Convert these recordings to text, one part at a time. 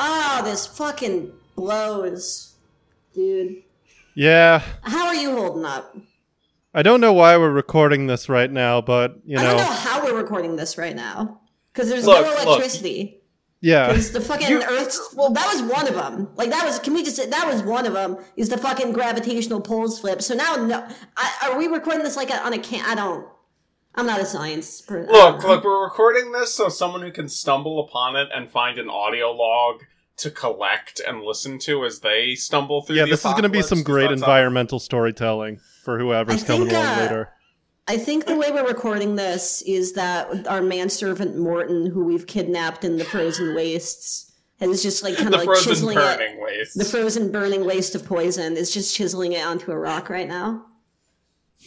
Oh, fucking blows, dude. Yeah, How are you holding up? I don't know why we're recording this right now, but you I don't know know, how we're recording this right now because there's Look, no look. electricity. yeah, Because the fucking You- Earth's well, that was one of them. Like that was. Can we just say that was one of them? Is the fucking gravitational pulls flip? So now, no, I, are we recording this like on a can? I don't. I'm not a science person. Look, Um, look, we're recording this so someone who can stumble upon it and find an audio log to collect and listen to as they stumble through. yeah. the This is going to be apocalypse, some 'cause great that's how- environmental storytelling for whoever's I coming think, along uh, later. I think the way we're recording this is that our manservant Morton, who we've kidnapped in the frozen wastes, is just like kind The of like frozen chiseling it. burning waste. The frozen burning waste of poison is just chiseling it onto a rock right now.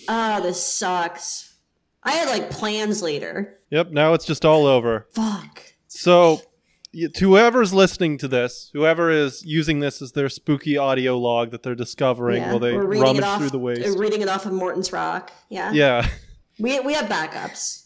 Oh, this sucks. I had like plans later. Yep. Now it's just all over. Fuck. So, y- to whoever's listening to this, whoever is using this as their spooky audio log that they're discovering Yeah, while they we're reading it rummage off, through the uh, waste. Reading it off of Morton's rock. Yeah. Yeah. We we have backups.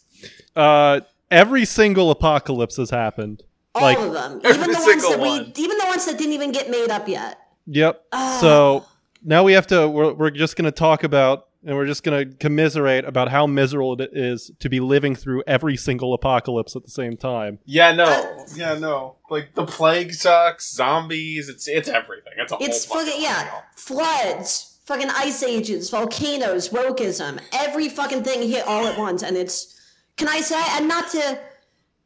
Uh, every single apocalypse has happened. All Like- of them. Every Even the ones single that we one. even the ones that didn't even get made up yet. Yep. Ah. So now we have to. We're, we're just going to talk about, and we're just going to commiserate about how miserable it is to be living through every single apocalypse at the same time. yeah, no, Uh, yeah, no. Like the plague sucks, zombies. It's it's everything. It's a It's whole fucking yeah. Floods, fucking ice ages, volcanoes, wokeism, every fucking thing hit all at once, and it's can I say and not to,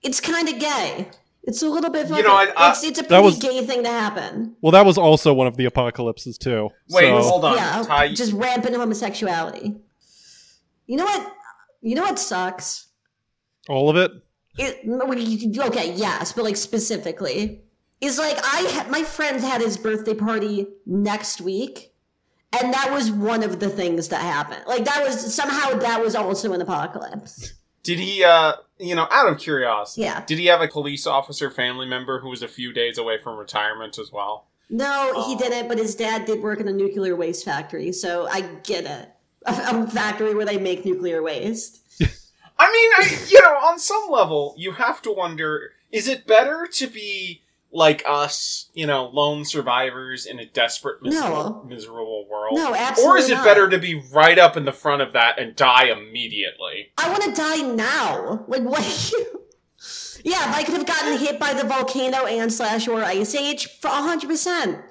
it's kind of gay. It's a little bit fucking. You know, I- I- it's, it's a That pretty was- gay thing to happen. Well, that was also one of the apocalypses too. Wait, So- hold on, yeah, Ty. just rampant homosexuality. You know what? You know what sucks? all of it. It, okay, yes, but like specifically, is like I had my friend had his birthday party next week, and that was one of the things that happened. Like that was somehow that was also an apocalypse. Did he? uh You know, out of curiosity, Yeah. did he have a police officer family member who was a few days away from retirement as well? No, he Oh. didn't. But his dad did work in a nuclear waste factory, so I get it. A, a factory where they make nuclear waste. I mean, I, you know, on some level, you have to wonder: is it better to be like us, you know, lone survivors in a desperate, miserable, No. miserable world, No, Oh. or absolutely. is it not. better to be right up in the front of that and die immediately? I want to die now. Like, what? Are you... Yeah, if I could have gotten hit by the volcano and slash or ice age for hundred percent.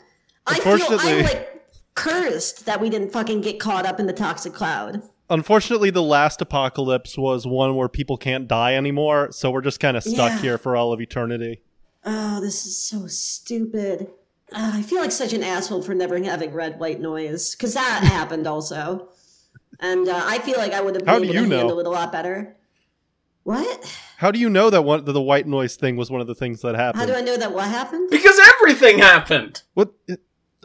I feel Unfortunately- I'm like cursed that we didn't fucking get caught up in the toxic cloud. Unfortunately, the last apocalypse was one where people can't die anymore, so we're just kind of stuck Yeah. here for all of eternity. Oh, this is so stupid. Ah, I feel like such an asshole for never having read White Noise because that happened also, and uh, I feel like I would have been How do able you to know? handle it a lot better. What? How do you know that one that the white noise thing was one of the things that happened? How do I know that what happened? Because everything happened. What?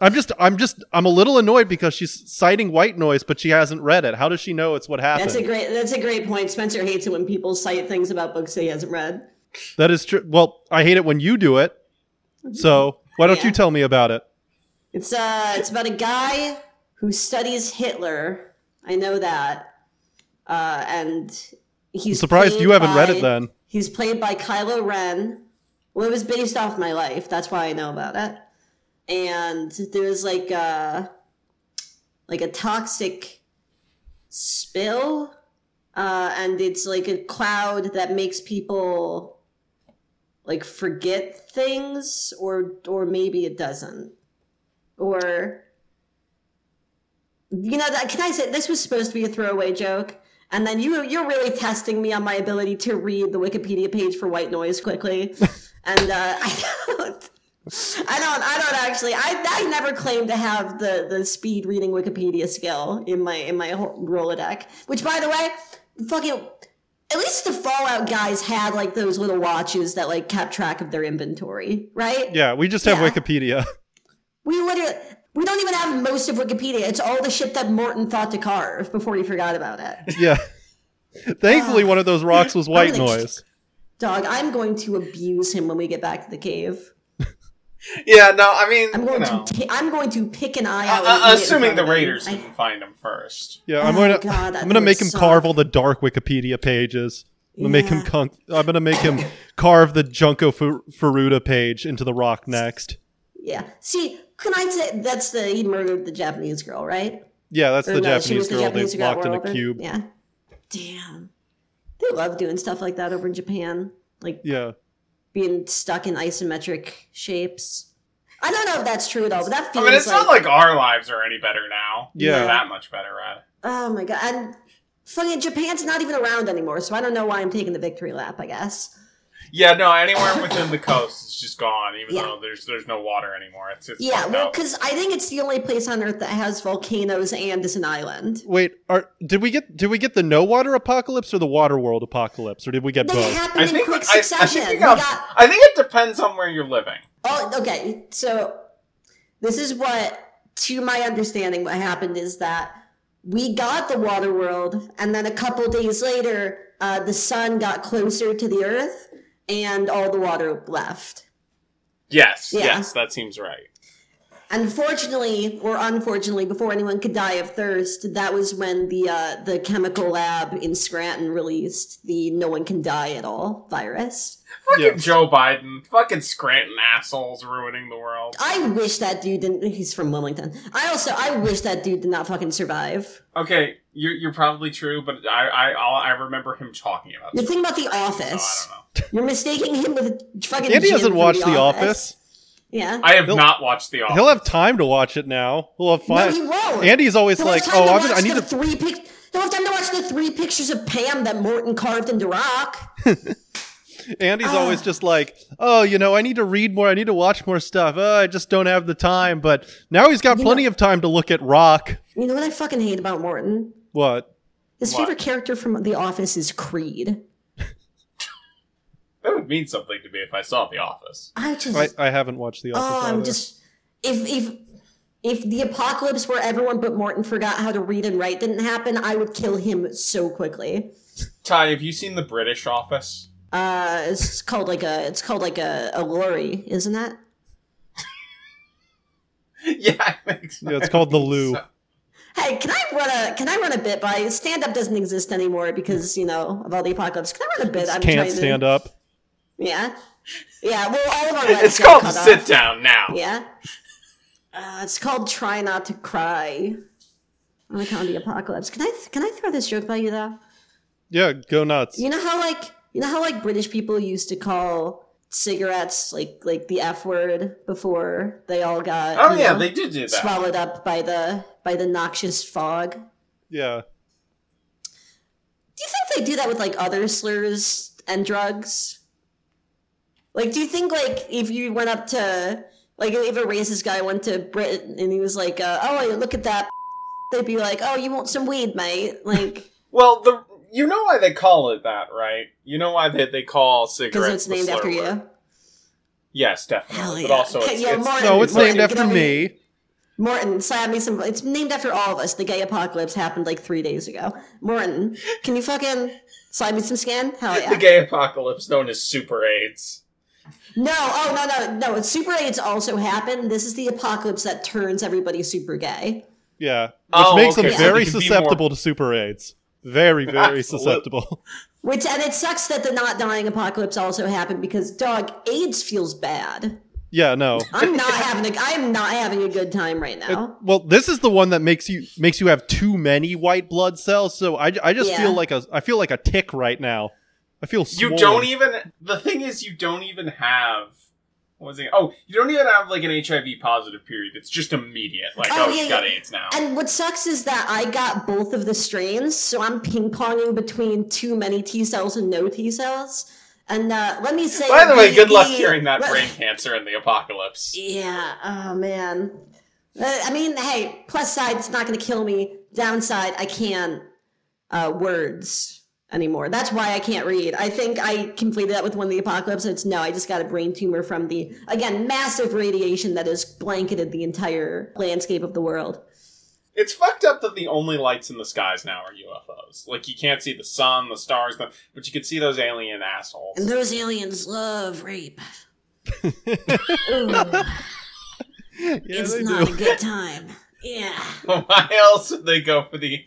I'm just, I'm just, I'm a little annoyed because she's citing white noise, but she hasn't read it. How does she know it's what happened? That's a great. That's a great point. Spencer hates it when people cite things about books that he hasn't read. that is true. Well, I hate it when you do it. So why don't Yeah. you tell me about it? It's uh, it's about a guy who studies Hitler. I know that, uh, and I'm he's surprised played you haven't read by- it then. He's played by Kylo Ren. Well, it was based off my life. That's why I know about it. And there's like a like a toxic spill, uh, and it's like a cloud that makes people like forget things, or or maybe it doesn't, or you know that can I say this was supposed to be a throwaway joke, and then you you're really testing me on my ability to read the Wikipedia page for white noise quickly. and uh, I don't I don't I don't actually I, I never claimed to have the the speed reading Wikipedia skill in my in my whole Rolodeck. Which by the way, fucking at least the Fallout guys had like those little watches that like kept track of their inventory, right? Yeah, we just have Yeah. Wikipedia. We literally we don't even have most of Wikipedia. It's all the shit that Morton thought to carve before he forgot about it. yeah. Thankfully, one of those rocks was white I'm gonna- noise. Dog, I'm going to abuse him when we get back to the cave. Yeah, no, I mean, I'm you going know, to. Pi- I'm going to pick an eye uh, out. and eat uh, it in assuming front the of him. Raiders I- didn't find him first. Yeah, I'm Oh, gonna, God, that I'm gonna would make him suck. carve all the dark Wikipedia pages. I'm gonna make him Yeah. con- I'm gonna make him carve the Junko Fu- Furuta page into the rock next. Yeah. See, can I say that's the he murdered the Japanese girl, right? Yeah, that's Or the no, she Japanese was the girl they Japanese who got locked in run a over? cube. Yeah. Damn. They love doing stuff like that over in Japan. Like Yeah. being stuck in isometric shapes. I don't know if that's true though, but that I feels mean, it's like, not like our lives are any better now. Yeah. They're that much better at it. oh my god. And fucking Japan's not even around anymore, so I don't know why I'm taking the victory lap. I guess. Yeah, no, anywhere within the coast is just gone. Even Yeah. though there's there's no water anymore. It's, it's Yeah, fucked well, up. because I think it's the only place on Earth that has volcanoes and is an island. Wait, are did we get did we get the no water apocalypse or the water world apocalypse or did we get They both? happened I in think I, quick I succession. think we We got- got I think it depends on where you're living. Oh, okay. So this is what, to my understanding, what happened is that we got the water world, and then a couple days later, uh, the sun got closer to the Earth, and all the water left. Yes, Yeah. yes, that seems right. Unfortunately, or unfortunately, before anyone could die of thirst, that was when the uh, the chemical lab in Scranton released the "no one can die at all" virus. Fucking Yeah. Joe Biden, fucking Scranton assholes ruining the world. I wish that dude didn't. He's from Wilmington. I also I wish that dude did not fucking survive. Okay, you're you're probably true, but I I I'll, I remember him talking about. You're this. thinking about The so Oh, I Office. don't know. You're mistaking him with fucking. Andy Jim hasn't from watched The Office. Yeah. I have He'll- not watched The Office. He'll have time to watch it now. He'll have no, fun. he won't. Andy's always He'll have like, time "Oh, to I'm gonna- I watch need the to." three pic- He'll have time to watch the three pictures of Pam that Morton carved into rock. Andy's Ah. always just like, "Oh, you know, I need to read more. I need to watch more stuff. Oh, I just don't have the time." But now he's got You plenty of time to look at Rock. You know what I fucking hate about Morton? What? His What? favorite character from The Office is Creed. That would mean something to me if I saw The Office. I just, I, I haven't watched The Office. oh, I'm either. just if if if the apocalypse where everyone but Morton forgot how to read and write didn't happen, I would kill him so quickly. Ty, have you seen the British Office? Uh, it's called like a it's called like a, a lorry, isn't that? yeah, I think so. Yeah, it's called the Lou. Hey, can I run a can I run a bit by stand up doesn't exist anymore because you know of all the apocalypse. Can I run a bit? I'm Can't stand up. To, yeah, yeah. Well, all of our legs It's got called cut the off. sit down now. Yeah, uh, it's called try not to cry. On account of the apocalypse. Can I can I throw this joke by you though? Yeah, go nuts. You know how like you know how like British people used to call cigarettes like like the f word before they all got Oh you yeah, know, they did do that. swallowed up by the by the noxious fog. Yeah. Do you think they do that with like other slurs and drugs? Like, do you think like if you went up to like if a racist guy went to Britain and he was like, uh, "Oh, look at that," they'd be like, "Oh, you want some weed, mate?" Like, Well, the you know why they call it that, right? You know why they, they call because cigarettes it's the named slur after word. you. Yes, definitely. Hell yeah! But also, Okay, it's, yeah, it's- Morton, No, it's Morton, named after get over here. me. Morton, slap me some. It's named after all of us. The gay apocalypse happened like three days ago. Morton, can you fucking slide me some skin? Hell yeah! the gay apocalypse known as super AIDS. No, oh no, no, no. Super AIDS also happened. This is the apocalypse that turns everybody super gay. Yeah. Which Oh, makes okay, them so very they can be more- susceptible to super AIDS. Very, very Absolute. susceptible. Which and it sucks that the not dying apocalypse also happened because dog AIDS feels bad. yeah, no. I'm not having a I'm not having a good time right now. Well, this is the one that makes you makes you have too many white blood cells. So I, I just Yeah. feel like a I feel like a tick right now. I feel You swollen. don't even. The thing is, you don't even have. What was it? Oh, you don't even have like an HIV positive period. It's just immediate. Like, Oh, oh, yeah, he's got yeah. AIDS now. And what sucks is that I got both of the strains, so I'm ping ponging between too many T cells and no T cells. And uh, let me say, By the way, good luck the- curing that let- brain cancer in the apocalypse. Yeah. Oh man. Uh, I mean, hey. Plus side, it's not going to kill me. Downside, I can't uh, words anymore. That's why I can't read. I think I completed that with one of the apocalypse. It's no, I just got a brain tumor from the again massive radiation that has blanketed the entire landscape of the world. It's fucked up that the only lights in the skies now are UFOs. Like, you can't see the sun, the stars, the, but you can see those alien assholes. And those aliens love rape. Ooh, Yeah, it's they not do. a good time. Yeah. Why else would they go for the,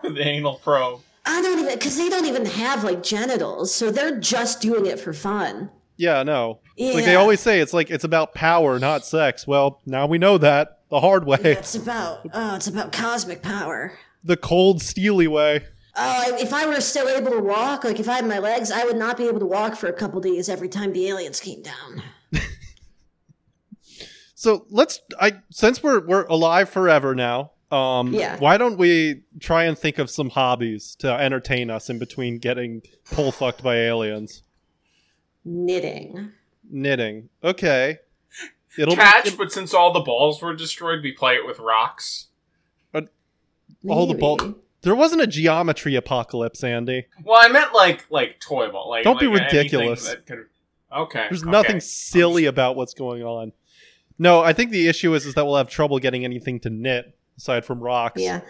for the anal probe? I don't even because they don't even have like genitals, so they're just doing it for fun. Yeah, no. It's Like they Yeah. always say, it's like it's about power, not sex. Well, now we know that the hard way, It's about oh, it's about cosmic power. the cold, steely way. Oh, I- if I were still able to walk, like if I had my legs, I would not be able to walk for a couple days every time the aliens came down. So let's. I since we're we're alive forever now. Um, Yeah. Why don't we try and think of some hobbies to entertain us in between getting pole fucked by aliens? Knitting. Knitting. Okay. It'll be- Catch, but since all the balls were destroyed, we play it with rocks. all the Maybe. ball. There wasn't a geometry apocalypse, Andy. Well, I meant like like toy ball. Like Don't be like anything ridiculous. that could- Okay. There's okay. nothing silly about what's going on. No, I think the issue is is that we'll have trouble getting anything to knit aside from rocks. Yeah.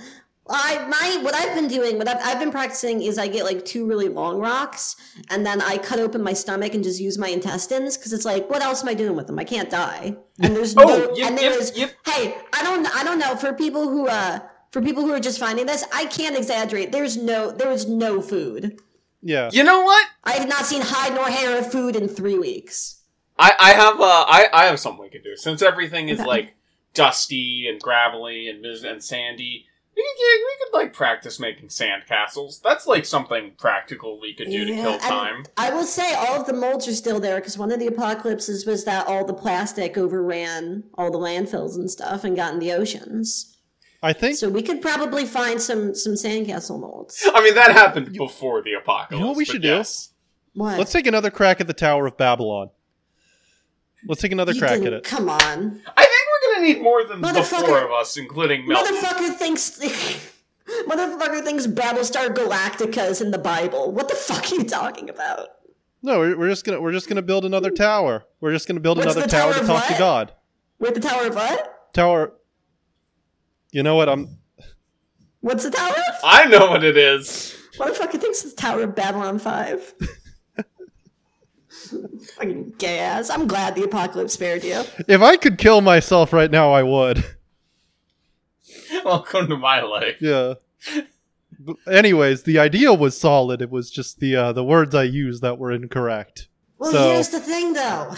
I my what I've been doing, what I've, I've been practicing is I get like two really long rocks, and then I cut open my stomach and just use my intestines because it's like, what else am I doing with them? I can't die. And there's Oh, no, yep, and yep, there's yep. hey, I don't, I don't know. For people who, uh, for people who are just finding this, I can't exaggerate. There's no, there is no food. Yeah. You know what? I have not seen hide nor hair of food in three weeks. I I have uh I I have something we can do since everything is Okay. like dusty and gravelly and mis- and sandy. We could, get- we could like practice making sand castles. That's like something practical we could do to Yeah, kill and- time. I will say all of the molds are still there because one of the apocalypses was that all the plastic overran all the landfills and stuff and got in the oceans. I think So we could probably find some some sandcastle molds. I mean, that happened before the apocalypse. You know what we but should do? yes. What? let's take another crack at the Tower of Babylon. Let's take another You crack at didn't- it. Come on, I think we're gonna need more than the Motherfucker. four of us, including Melton. motherfucker thinks motherfucker thinks Battlestar Galactica is in the Bible. What the fuck are you talking about? No, we're, we're just gonna we're just gonna build another tower. We're just gonna build Hmm. What's another the tower, Tower to of talk to what? God. With the Tower of what? Tower. You know what? I'm. What's the Tower? of? I know what it is. Motherfucker thinks it's the Tower of Babylon Five. Fucking gay ass. I'm glad the apocalypse spared you. If I could kill myself right now, I would. Welcome to my life. Yeah. But anyways, the idea was solid. It was just the uh, the words I used that were incorrect. Well, So- here's the thing, though.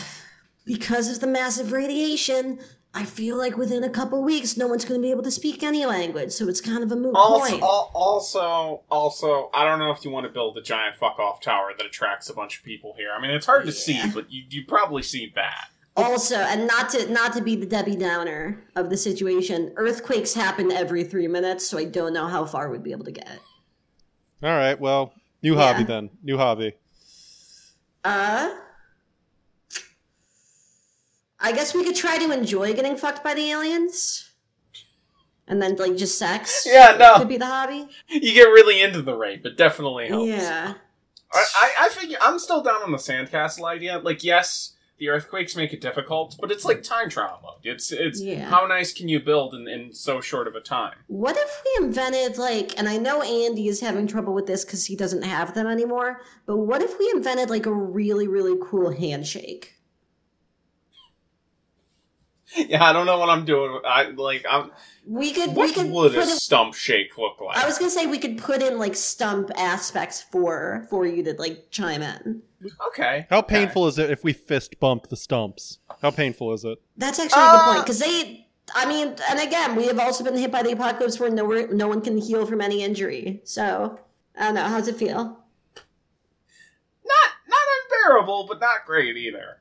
Because of the massive radiation, I feel like within a couple weeks, no one's going to be able to speak any language, so it's kind of a moot Also, point. al- also, also, I don't know if you want to build a giant fuck off tower that attracts a bunch of people here. I mean, it's hard to see, but you you probably see that. also, and not to not to be the Debbie Downer of the situation, earthquakes happen every three minutes, so I don't know how far we'd be able to get. All right. Well, new Yeah. hobby then. New hobby. Uh, I guess we could try to enjoy getting fucked by the aliens, and then like just sex. Yeah, no. could be the hobby. You get really into the rape. It definitely helps. Yeah. I, I, I figure I'm still down on the sandcastle idea. Like, yes, the earthquakes make it difficult, but it's like time trial mode. It's it's Yeah. how nice can you build in, in so short of a time? What if we invented like, and I know Andy is having trouble with this because he doesn't have them anymore. But what if we invented like a really, really cool handshake? Yeah, I don't know what I'm doing. I like I'm. We could, we What could would put. a in- stump shake look like? I was gonna say we could put in like stump aspects for for you to like chime in. okay. How okay. painful is it if we fist bump the stumps? How painful is it? That's actually a Uh, good point because they. I mean, and again, we have also been hit by the apocalypse where no no one can heal from any injury. So I don't know. How's it feel? Not not unbearable, but not great either.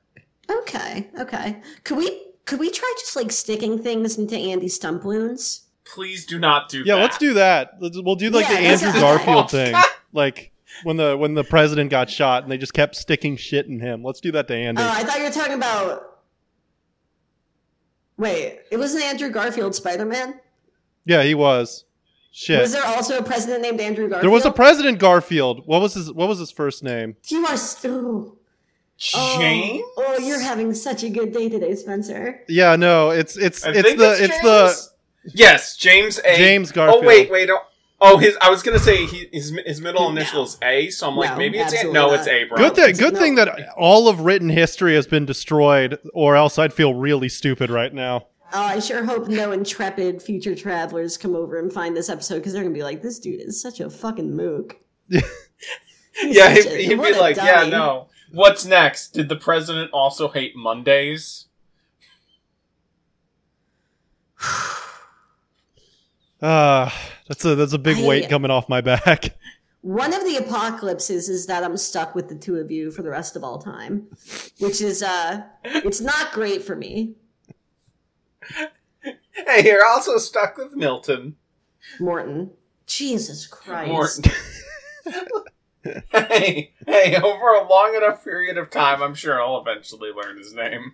Okay, okay. Could we could we try just like sticking things into Andy's stump wounds? Please do not do Yeah, that. let's do that. Let's- We'll do like Yeah, the that's Andrew a- Garfield thing, like when the when the president got shot and they just kept sticking shit in him. Let's do that to Andy. Oh, I thought you were talking about. Wait, it was an Andrew Garfield Spider Man. yeah, he was. Shit. Was there also a president named Andrew Garfield? there was a president Garfield. What was his What was his first name? you are still. Oh, James. Oh, you're having such a good day today, Spencer. Yeah, no, it's it's I it's think the it's the James. yes, James A. James Garfield. Oh wait, wait. Oh, oh, his. I was gonna say he, his his middle No. initial is A, so I'm like No, maybe it's A. absolutely No, not. it's A, bro. Good thing, good No. thing that all of written history has been destroyed, or else I'd feel really stupid right now. Oh, I sure hope no intrepid future travelers come over and find this episode because they're gonna be like, this dude is such a fucking mook. Yeah, He's he'd, such a- he'd what be a like, yeah, dummy. no. What's next? Did the president also hate Mondays? Ah, that's a that's a big I- weight coming off my back. One of the apocalypses is that I'm stuck with the two of you for the rest of all time, which is uh, it's not great for me. Hey, you're also stuck with Milton. Morton, Jesus Christ, Morton. hey, hey, over a long enough period of time, I'm sure I'll eventually learn his name.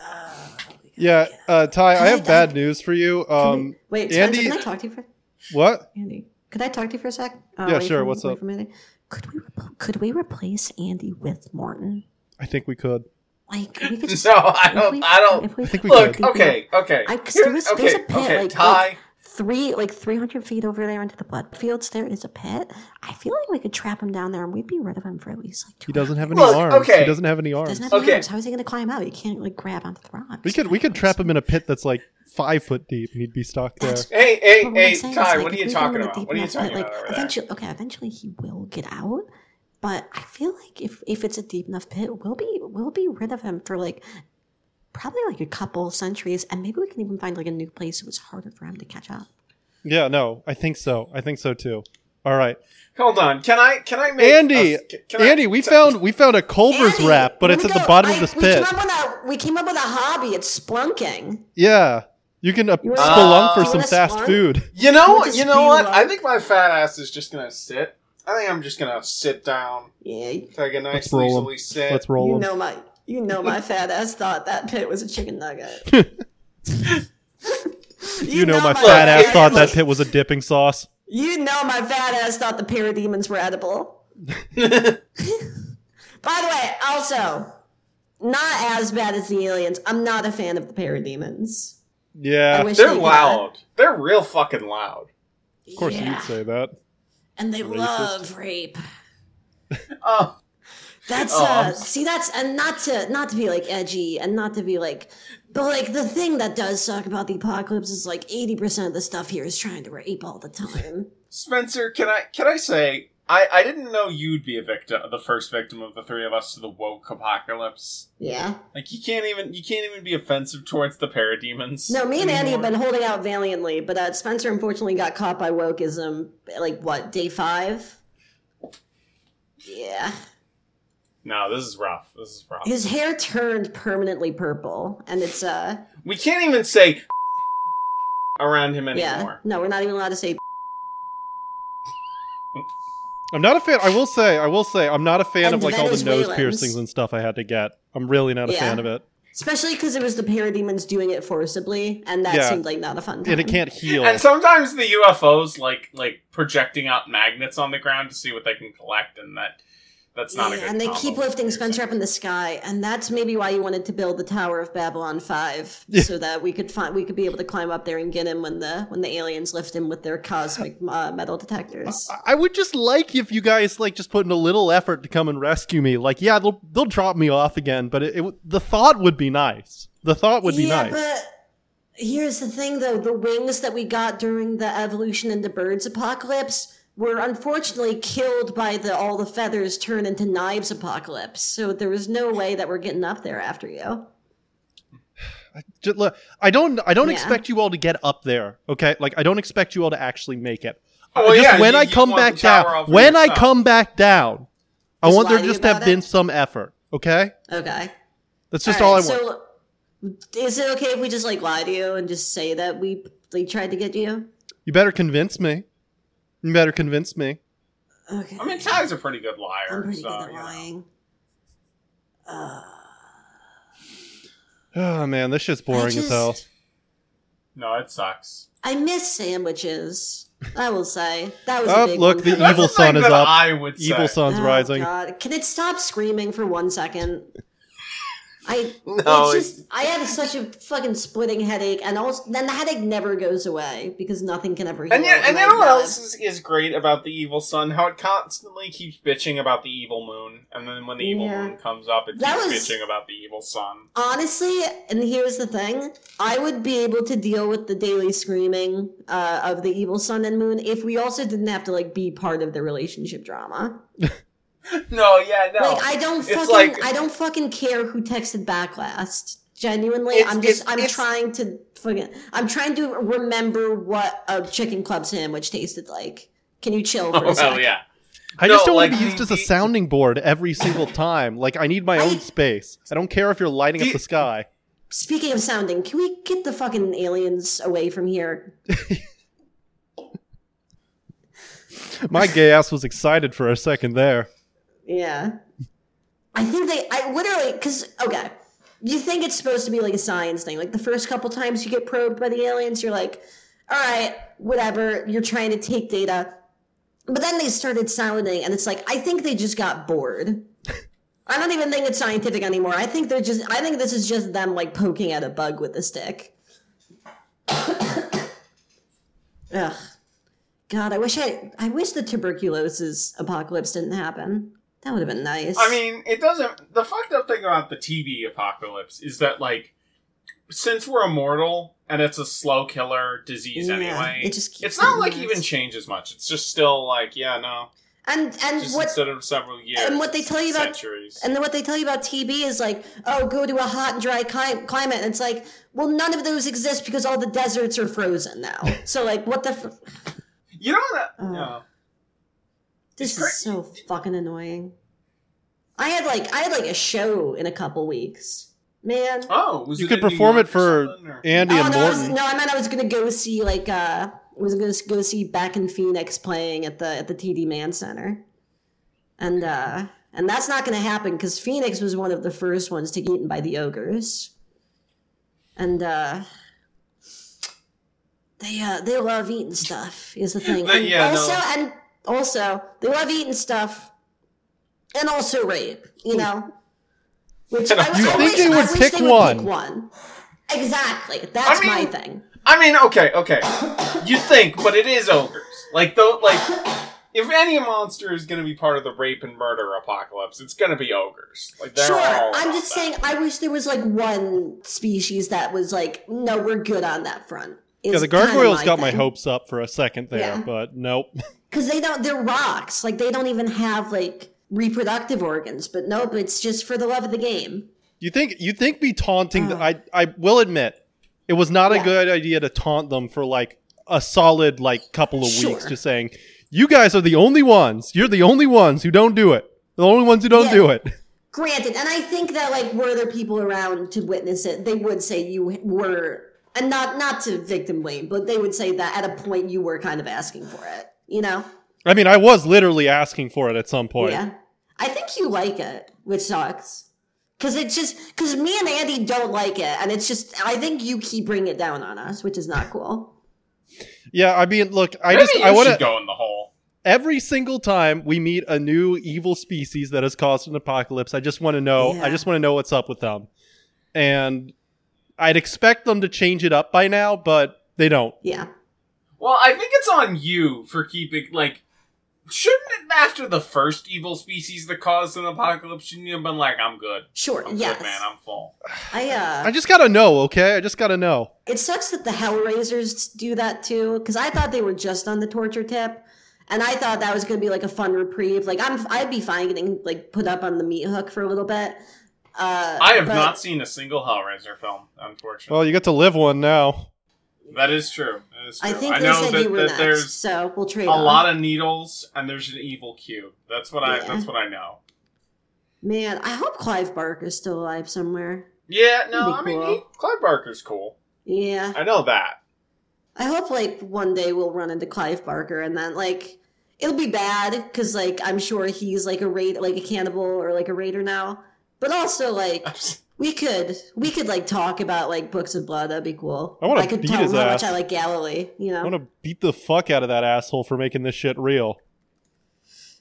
Oh, we gotta Yeah, get out. uh, Ty, I Can have I- bad news for you. Can Um, we- wait, Spencer, Andy- can I talk to you for what? Andy? Could I talk to you for a sec? Uh, Yeah, away sure, from- what's away up? from Andy? Could we repl- could we replace Andy with Morton? I think we could. Like we could just No, I if we- don't. I don't. if we- I think we Look, could. okay, okay. I- 'cause Here- there was- okay, there's a pit, okay, like- Ty. like- three like 300 feet over there into the blood fields there is a pit i feel like we could trap him down there and we'd be rid of him for at least like two He doesn't have any Look, arms. okay. He doesn't have any hours. arms. doesn't have any Okay. arms. how is he going to climb out he can't like grab onto the rocks we could we could trap him in a pit that's like five foot deep, and he'd be stuck there. That's- hey, hey, But what I'm hey, saying is, Ty. like, what are if you we throw him talking in a about? deep What are you enough pit, talking like, about over there? eventually okay eventually he will get out but i feel like if if it's a deep enough pit we'll be we'll be rid of him for like probably like a couple centuries and maybe we can even find like a new place so it's harder for him to catch up Yeah, no, I think so. I think so too. All right, Hold on. Can I? Can I make? Andy, a- uh, can- can I- Andy, we found we found a Culver's Andy, wrap, but let it's me at the go. bottom I- of this we pit. Came up with a, we came up with a hobby. It's splunking. Yeah, you can uh, You wanna- spelunk Uh, for you some wanna fast spelunk? food. You Can know, we just you know be what? I like- think my fat ass is just gonna sit. I think I'm just gonna sit down, Yeah, you take a nice roll 'em. leisurely sit. Let's roll them. know my you know my fat ass thought that pit was a chicken nugget. You, know, my Look, fat ass here- thought that pit was a dipping sauce. You know my fat ass thought the parademons were edible. By the way, also not as bad as the aliens. I'm not a fan of the parademons. I Yeah, wish they They're could- loud. They're real fucking loud. of course Yeah. you'd say that. And they Racist. love rape. Oh, That's Oh, uh I'm- see that's and not to not to be like edgy and not to be like but like the thing that does suck about the apocalypse is like 80% of the stuff here is trying to rape all the time. Spencer, can I can I say I I didn't know you'd be a victim, the first victim of the three of us to the woke apocalypse. Yeah. Like you can't even you can't even be offensive towards the parademons. No, me and Andy have anymore. been holding out valiantly, but uh, Spencer unfortunately got caught by wokeism like what, day 5? Yeah. No, this is rough. This is rough. His hair turned permanently purple and it's uh We can't even say around him anymore. yeah. No, we're not even allowed to say I'm not a fan. I will say, I will say, I'm not a fan And of like all the nose Venezuelans. piercings and stuff I had to get. I'm really not a Yeah. fan of it, especially cuz it was the parademons doing it forcibly and that Yeah. seemed like not a fun time. and it can't heal. And sometimes the UFOs like like projecting out magnets on the ground to see what they can collect, and that that's not a Yeah, good. and they combo keep with lifting music. Spencer up in the sky, and that's maybe why you wanted to build the Tower of Babylon Five, Yeah. so that we could find we could be able to climb up there and get him when the when the aliens lift him with their cosmic uh, metal detectors. I- I would just like if you guys like just put in a little effort to come and rescue me. Like, yeah, they'll they'll drop me off again, but it, it w- the thought would be nice. The thought would be yeah, nice. but here's the thing, though: the wings that we got during the evolution into birds apocalypse were unfortunately killed by the all the feathers turn into knives apocalypse. So there was no way that we're getting up there after you. Just look, I don't I don't Yeah. expect you all to get up there. Okay, like I don't expect you all to actually make it. I- Oh, Well, just yeah, when you- I you come want back the tower down, off of when I yourself. come back down, I Just want there lie to you just to have about been it? some effort. Okay, Okay. that's just all I Alright, want. So, is it okay if we just like lie to you and just say that we like tried to get you? you better convince me. You better convince me. Okay. I mean, Ty's a pretty good liar. I'm pretty so, good at you know. lying. Uh, Oh man, this shit's I boring as just- hell. No, it sucks. I miss sandwiches. I will say that was. Oh, a big look, one. the for That's me. evil the sun thing is that up. I would say. Evil sun's Oh, rising. God. Can it stop screaming for one second? I No, it's just I had such a fucking splitting headache, and also then the headache never goes away because nothing can ever heal. And yet, it, and I you know what love it. else is, is great about the evil sun? How it constantly keeps bitching about the evil moon, and then when the evil Yeah. moon comes up, it That keeps was- bitching about the evil sun. Honestly, and here's the thing: I would be able to deal with the daily screaming uh, of the evil sun and moon if we also didn't have to like be part of the relationship drama. No, yeah, no. Like I don't It's fucking like- I don't fucking care who texted back last. Genuinely, It's- I'm just it's- I'm it's- trying to fucking I'm trying to remember what a chicken club sandwich tasted like. Can you chill for oh a second? well, yeah. I just No, don't want like, to be used the- as a sounding board every single time. Like I need my I- own space. I don't care if you're lighting Do up you- the sky. Speaking of sounding, can we get the fucking aliens away from here? My gay ass was excited for a second there. Yeah. I think they, I literally, because, okay, you think it's supposed to be like a science thing. Like the first couple times you get probed by the aliens, you're like, all right, whatever, you're trying to take data. But then they started sounding, and it's like, I think they just got bored. I don't even think it's scientific anymore. I think they're just, I think this is just them like poking at a bug with a stick. Ugh. God, I wish I, I wish the tuberculosis apocalypse didn't happen. That would have been nice. I mean, it doesn't. The fucked up thing about the TV apocalypse is that, like, since we're immortal and it's a slow killer disease Yeah, anyway, it just keeps it's not getting like worse. even changes much. It's just still like, yeah, no, and and just what instead of several years, and what they tell you about- centuries. and then what they tell you about TB is like, oh, go to a hot and dry cli- climate, and it's like, well, none of those exist because all the deserts are frozen now. so like, what the? F- you know that? Oh. no. this is so fucking annoying. I had like I had like a show in a couple weeks, man. Oh, was You it could in New perform York it or for something, or- Andy Oh and no, I was, Morton. no, I meant I was gonna go see like uh, I was gonna go see Back in Phoenix playing at the at the TD Mann Center, and uh, and that's not gonna happen because Phoenix was one of the first ones to get eaten by the ogres, and uh, they uh, they love eating stuff is the thing. They- And yeah, no. also, and also they love eating stuff, and also rape. You know. Which Hmm. You I, I think wish, they I would wish pick they would one? pick one. Exactly. That's I mean- my thing. I mean, okay, okay. You think, but it is ogres. Like though, like if any monster is going to be part of the rape and murder apocalypse, it's going to be ogres. Like they're Sure. all I'm about just that. saying I wish there was like one species that was like, no, we're good on that front. Yeah, the gargoyles got my hopes up for a second there, Yeah. but nope. Because they don't they're rocks. Like they don't even have like reproductive organs, but nope, it's just for the love of the game. You think you think me taunting? the Ugh. I I will admit, it was not a Oh. Yeah. good idea to taunt them for like a solid like couple of Sure. weeks, just saying you guys are the only ones. You're the only ones who don't do it. The only ones who don't Yeah. do it. Granted, and I think that like were there people around to witness it, they would say you were and not not to victim blame, but they would say that at a point you were kind of asking for it, you know? I mean, I was literally asking for it at some point. Yeah. I think you like it, which sucks. Cause it's just cause me and Andy don't like it, and it's just I think you keep bringing it down on us, which is not cool. Yeah, I mean, look, I Maybe just you I want should to. go in the hole. Every single time we meet a new evil species that has caused an apocalypse, I just want to know. I Yeah. just want to know what's up with them, and I'd expect them to change it up by now, but they don't. Yeah. Well, I think it's on you for keeping like. Shouldn't it, after the first evil species that caused an apocalypse, shouldn't you have been like, "I'm good, Sure. I'm yes. good, man, I'm full." I uh I just gotta know, okay? I just gotta know. it sucks that the Hellraisers do that too, because I thought they were just on the torture tip. And I thought that was gonna be like a fun reprieve. Like I'm I'd be fine getting like put up on the meat hook for a little bit. Uh I have but- not seen a single Hellraiser film, unfortunately. Well, you get to live one now. that is true. That is true. I think they know said that, you were that next, there's so we'll trade a off. lot of needles and there's an evil cube. That's what I. Yeah. That's what I know. Man, I hope Clive Barker's still alive somewhere. Yeah, no, I That'd be mean, cool. he, Clive Barker's cool. Yeah. I know that. I hope like one day we'll run into Clive Barker and then like it'll be bad because like I'm sure he's like a raid like a cannibal or like a raider now. But also like we could we could like talk about like books of blood. That'd be cool. I wanna could beat tell his him how ass. much I like Galilee. You know. I want to beat the fuck out of that asshole for making this shit real.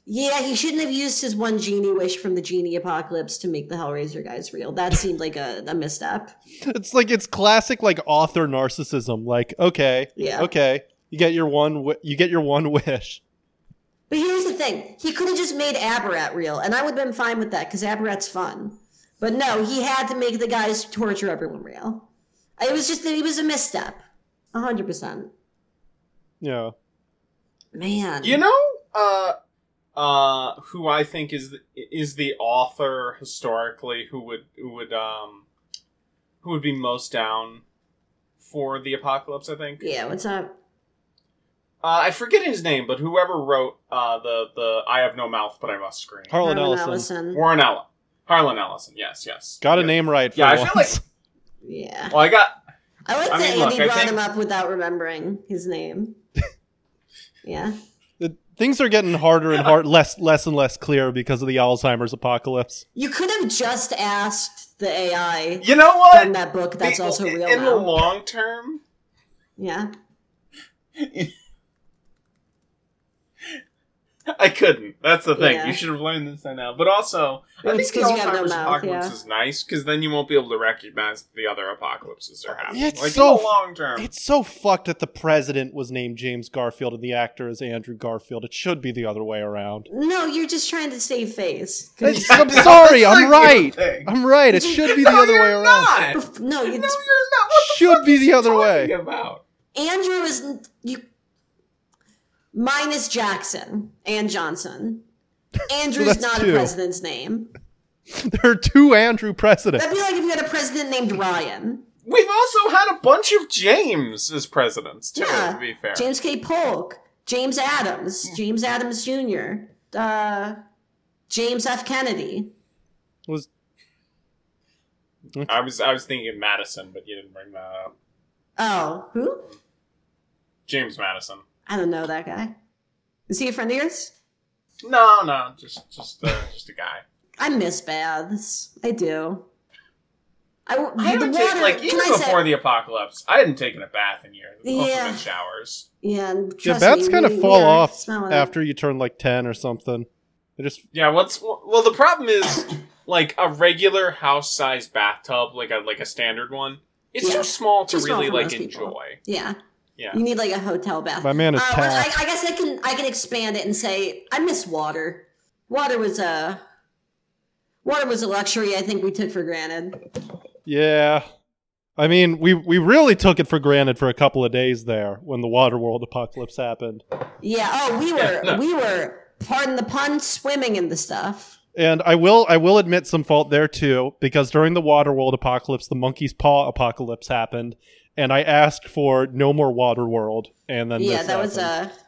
Yeah, he shouldn't have used his one genie wish from the genie apocalypse to make the Hellraiser guys real. That seemed like a, a misstep. It's like it's classic like author narcissism. Like, okay, Yeah. okay, you get your one, wi- you get your one wish. But here's the thing: he could have just made Aberrat real, and I would have been fine with that because Aberrat's fun. But no, he had to make the guys who torture everyone real. It was just it was a misstep, hundred percent. Yeah, Man, You know, uh, uh, who I think is the, is the author historically who would who would um who would be most down for the apocalypse. I think Yeah, what's up? uh, I forget his name, but whoever wrote uh, the the I have no mouth but I must scream Harlan Harlan Ellison. Warren Ella Harlan Ellison. Yes, yes, Got a Yeah. name right for Yeah, I feel once. Yeah. Well, I got I like I that mean, look, Andy I brought think- him up without remembering his name. yeah. The- Things are getting harder and hard, less less and less clear because of the Alzheimer's apocalypse. You could have just asked the AI you know from what. that book that's The- also real in the now. long term, yeah. I couldn't. That's the thing. Yeah. You should have learned this by now. But also, I Well, think it's the 'cause you have no Alzheimer's mouth, apocalypse yeah. is nice because then you won't be able to recognize that the other apocalypses are happening. It's like so in the long term. It's so fucked that the president was named James Garfield and the actor is Andrew Garfield. It should be the other way around. No, you're just trying to save face. 'Cause It's, Yeah, I'm no, sorry. that's I'm like your right. thing. I'm right. It should be the no, other you're way around. Not. No, you- no, it's, you're not. What the Should fuck be is the he other talking way. About? Andrew is you minus Jackson and Johnson. Andrew's that's not two. a president's name. There are two Andrew presidents. That'd be like if you had a president named Ryan. We've also had a bunch of James as presidents too. Yeah. To be fair, James K. Polk, James Adams, James Adams Jr., uh, James F. Kennedy. Was I was I was thinking Madison, but you didn't bring that up. Oh, who? James Madison. I don't know that guy. Is he a friend of yours? No, no, just just uh, just a guy. I miss baths. I do. I, w- I the haven't water. taken like even can I say? before the apocalypse, I hadn't taken a bath in years. Most Yeah. have been showers. yeah, and yeah, trust bats me, kind we- of we fall are off smelling it. after you turn like ten or something. They just Yeah, what's well the problem is like a regular house size bathtub, like a like a standard one, it's Yeah. too small to Too small really for like most enjoy. people. Yeah. Yeah. You need like a hotel bath. my man is Uh, well, I, tapped. I guess I can I can expand it and say I miss water. Water was a water was a luxury I think we took for granted. Yeah. I mean, we we really took it for granted for a couple of days there when the Waterworld apocalypse happened. Yeah. Oh, we were Yeah, no. we were pardon the pun swimming in the stuff. And I will I will admit some fault there too because during the Waterworld apocalypse, the Monkey's Paw apocalypse happened, and I asked for no more Waterworld, and then yeah, this that was happened. uh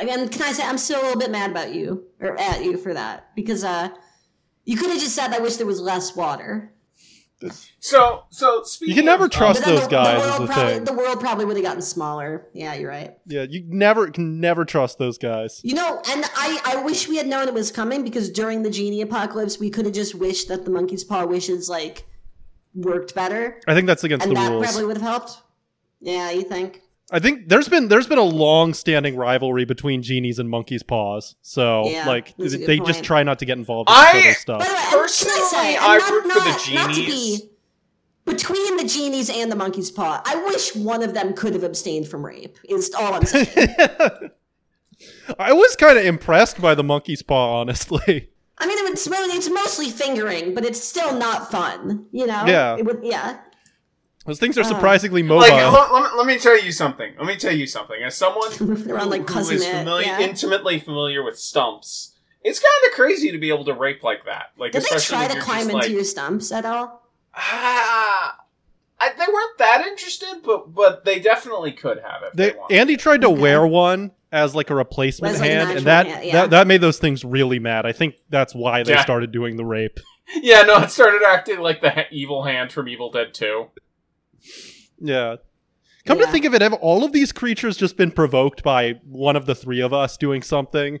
Again, can I say I'm still a little bit mad about you or at you for that because uh you could have just said I wish there was less water. So so speaking never of, um, trust- Us then those guys world is the probably, thing. the world probably would have gotten smaller. Yeah, you're right. yeah. You never can never trust those guys. You know, and I, I wish we had known it was coming because during the genie apocalypse, we could have just wished that the monkey's paw wishes like worked better, I think that's against and the that rules. probably would have helped. Yeah, you think? I think there's been there's been a long-standing rivalry between genies and monkeys' paws. So Yeah, like that's a good they just point. try not to get involved in I- further By the way, stuff. and can I Personally, say, I and not, root for the not- not to genies. be between the genies and the monkey's paw. I wish one of them could have abstained from rape. Is all I'm saying. uh, I was kind of impressed by the monkey's paw, honestly. I mean, it was, really- it's mostly fingering, but it's still not fun. You know? Yeah. It would, yeah. Those things are Uh-huh. surprisingly mobile. like let, let, me- let me tell you something. Let me tell you something. As someone They're on like who cousin is it. familiar, yeah. intimately familiar with stumps, it's kind of crazy to be able to rape like that. Like Did they especially try when to you're climb just, into like, your stumps at all? Ah, I, they weren't that interested, but but they definitely could have if they, they, wanted. Andy tried to Okay. wear one as like a replacement As, like, an hand, actual and that, hand, yeah. that that made those things really mad. I think that's why they Yeah. started doing the rape. yeah, no, it started acting like the he- evil hand from Evil Dead Two. Yeah. Come Yeah. to think of it, have all of these creatures just been provoked by one of the three of us doing something?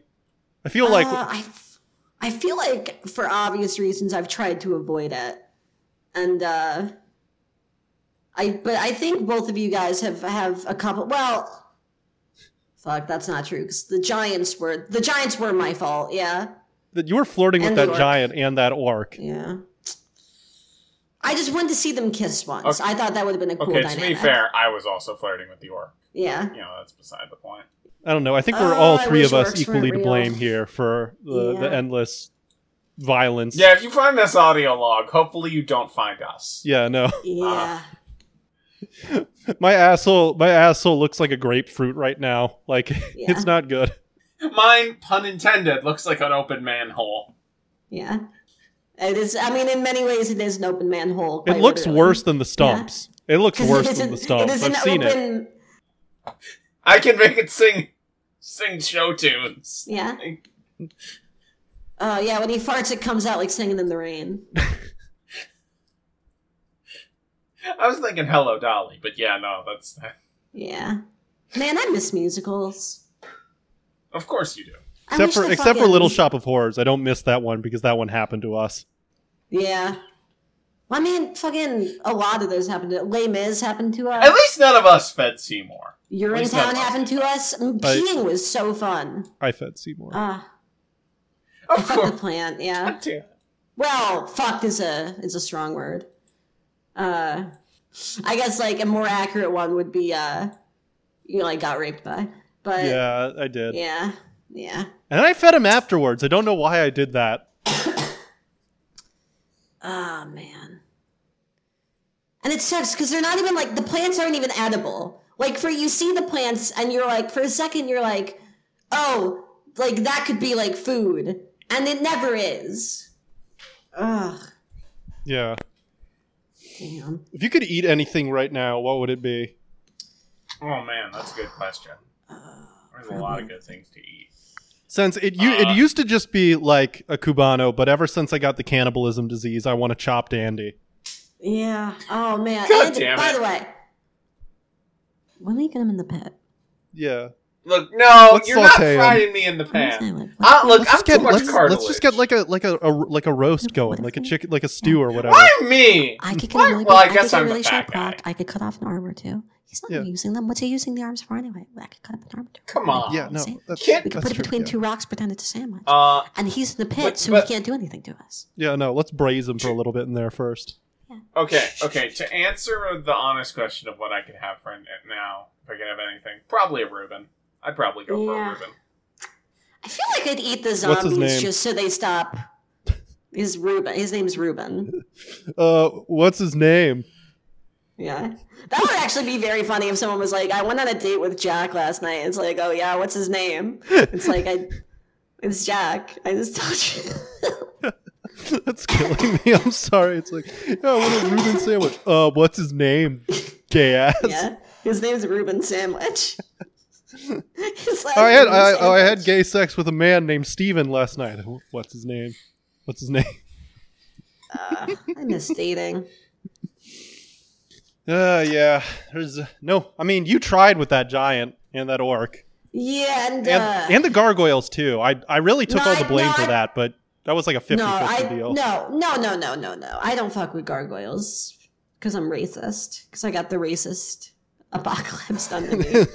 I feel like Uh, I, f- I feel like for obvious reasons I've tried to avoid it, and uh, I but I think both of you guys have have a couple. Well, fuck, that's not true because the giants were the giants were my fault. Yeah, that you were flirting with and the that orc. giant and that orc. yeah. I just wanted to see them kiss once. Okay. I thought that would have been a cool Okay, to dynamic. be fair, I was also flirting with the orc. Yeah. You know, that's beside the point. I don't know. I think we're Oh, all I three wish of us orcs equally weren't to real. blame here for the, the Yeah. endless violence. Yeah, if you find this audio log, hopefully you don't find us. Yeah, no. Yeah. Uh. My asshole my asshole looks like a grapefruit right now. Like Yeah. it's not good. mine, pun intended, looks like an open manhole. Yeah. It is. I mean, in many ways, it is an open manhole. It quite looks literally. worse than the stumps. It looks 'Cause it worse is than an- the stumps. is I've an seen it. open- I can make it sing, sing show tunes. Yeah. Oh yeah, when he farts, it comes out like singing in the rain. I was thinking Hello Dolly, but yeah, no, that's Yeah. Man, I miss musicals. of course you do. I Except wish for the except for fucking- Little Shop of Horrors. I don't miss that one because that one happened to us. Yeah. I mean, fucking a lot of those happened to Les Mis happened to us. At least none of us fed Seymour. You're at in least not town us. happened to us. And I- Peeing was so fun. I fed Seymour. Ah, Of fuck the course. plant. Yeah. God damn. Well, fucked is a is a strong word. Uh, I guess like a more accurate one would be uh, you know, like got raped by. But yeah, yeah, I did. yeah, yeah. And I fed him afterwards. I don't know why I did that. Oh man. And it sucks because they're not even like the plants aren't even edible. Like for you see the plants and you're like for a second you're like, oh, like that could be like food, and it never is. Ugh, Yeah. damn. If you could eat anything right now, what would it be? Oh man, that's a good question. There's a lot of good things to eat. Since it you, Uh. it used to just be like a cubano, but ever since I got the cannibalism disease, I want a chopped Andy. Yeah. Oh man. God and damn by it. the way, when are you getting them in the pet? Yeah. Look, no, Let's you're not saute 'em. frying me in the What was I pan. like? Uh, look, Let's I'm just get too much let's, cartilage. let's just get like a like a, a like a roast going, like a chicken like a stew or whatever. Why me? I could get Why- a really well, I big- could guess get a I'm the really fat sharp guy. rock. I could cut off an arm or two. He's not Yeah. using them. What's he using the arms for anyway? I could cut up an arm or two. Come on. Yeah, no. See? That's, Can't- We could that's put it true, between yeah. two rocks, pretend it's a sandwich. Uh, and he's in the pit, but- so but- he can't do anything to us. Yeah, no, let's braise him for a little bit in there first. okay, okay. To answer the honest question of what I could have for n- now, if I could have anything, probably a Reuben. I'd probably go for a Yeah. Reuben. I feel like I'd eat the his zombies name? just so they stop. Is Ruben? His name's Ruben. Uh, what's his name? Yeah, that would actually be very funny if someone was like, "I went on a date with Jack last night." It's like, "Oh yeah, what's his name?" It's like, "I, it's Jack." I just told you. That's killing me. I'm sorry. It's like, yeah, I want a Reuben sandwich. Uh, what's his name? Gay ass. yeah, his name's Ruben Sandwich. His last Oh, I had name I, is oh, I had Sandwich. gay sex with a man named Steven last night. Wh- What's his name? What's his name? Uh, I miss dating. Uh, yeah. There's no. I mean, you tried with that giant and that orc Yeah, and, and, uh, and the gargoyles too. I I really took No, all the I- blame no, for I- that, but that was like a 50-50 no, I, deal. No, no, no, no, no, no. I don't fuck with gargoyles because I'm racist. Because I got the racist apocalypse done to me. it's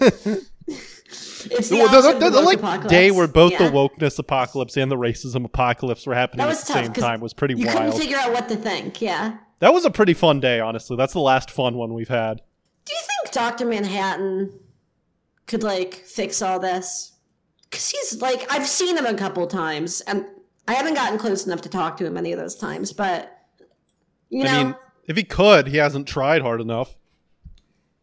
the Well, that- opposite of that- the that, like woke apocalypse. day where both Yeah. the wokeness apocalypse and the racism apocalypse were happening That at the was tough, same 'cause time was pretty you couldn't wild. figure out what to think. Yeah. that was a pretty fun day, honestly. That's the last fun one we've had. Do you think Doctor Manhattan could like fix all this? Because he's like I've seen him a couple times, and I haven't gotten close enough to talk to him any of those times. But you know, I mean, if he could, he hasn't tried hard enough.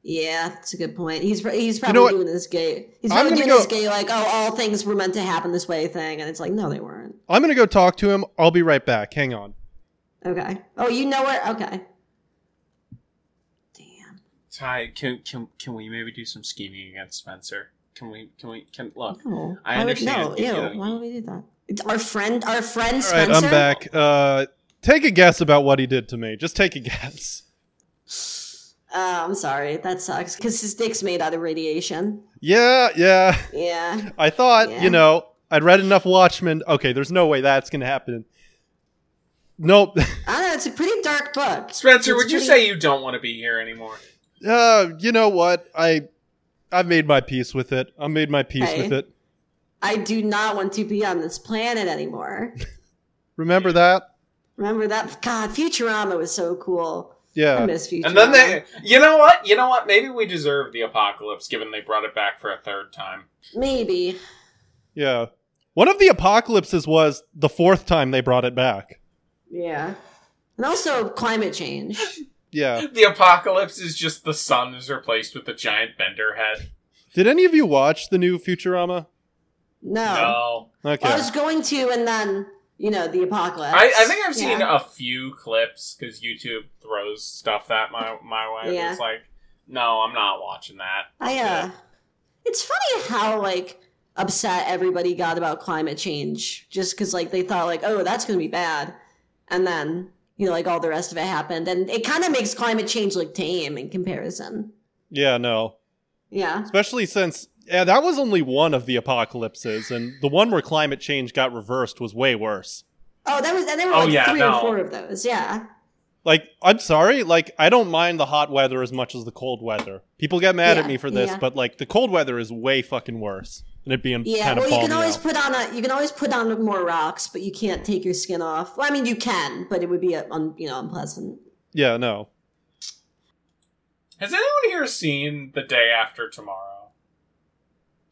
Yeah, that's a good point. He's pr- he's know probably what? doing this gay. He's I'm probably gonna doing go- this gay like, oh, all things were meant to happen this way thing, and it's like, no, they weren't. I'm gonna go talk to him. I'll be right back. Hang on. Okay. Oh, you know where? Okay. Damn. Ty, can can can we maybe do some scheming against Spencer? Can we can we can look? Hmm. No. I Why would- understand. no. You Ew. know, Why would we do that? It's our friend. Our friend All right, Spencer. I'm back. Uh, take a guess about what he did to me. Just take a guess. Uh, I'm sorry. That sucks because his dick's made out of radiation. Yeah, yeah. Yeah. I thought, Yeah. you know, I'd read enough Watchmen. Okay, there's no way that's gonna happen. Nope. I don't know. It's a pretty dark book. Spencer, It's would you pretty- say you don't want to be here anymore? uh, you know what? I I've made my peace with it. I made my peace Hey. with it. I do not want to be on this planet anymore? Remember that? Remember that? God, Futurama was so cool. I Yeah. miss Futurama. And then they, you know what? You know what? Maybe we deserve the apocalypse, given they brought it back for a third time. maybe. Yeah. One of the apocalypses was the fourth time they brought it back. Yeah. And also climate change. Yeah. The apocalypse is just the sun is replaced with a giant bender head. Did any of you watch the new Futurama? No. No, Okay. I was going to, and then you know the apocalypse. I, I think I've seen uh, Yeah. a few clips because YouTube throws stuff that my my way. Yeah. It's like, no, I'm not watching that. I uh, it's funny how like upset everybody got about climate change, just because like they thought like, oh, that's gonna be bad, and then you know like all the rest of it happened, and it kind of makes climate change look tame in comparison. yeah, no. Yeah, Especially since yeah, that was only one of the apocalypses, and the one where climate change got reversed was way worse. Oh, that was and there were Oh, like yeah, three no. or four of those. Yeah, Like, I'm sorry, like I don't mind the hot weather as much as the cold weather. People get mad at Yeah, me for this, yeah. but like the cold weather is way fucking worse. And it being yeah. kind of well, you can balmy always out. put on a you can always put on more rocks, but you can't take your skin off. Well, I mean, you can, but it would be uh, un, you know unpleasant. Yeah, no. Has anyone here seen The Day After Tomorrow?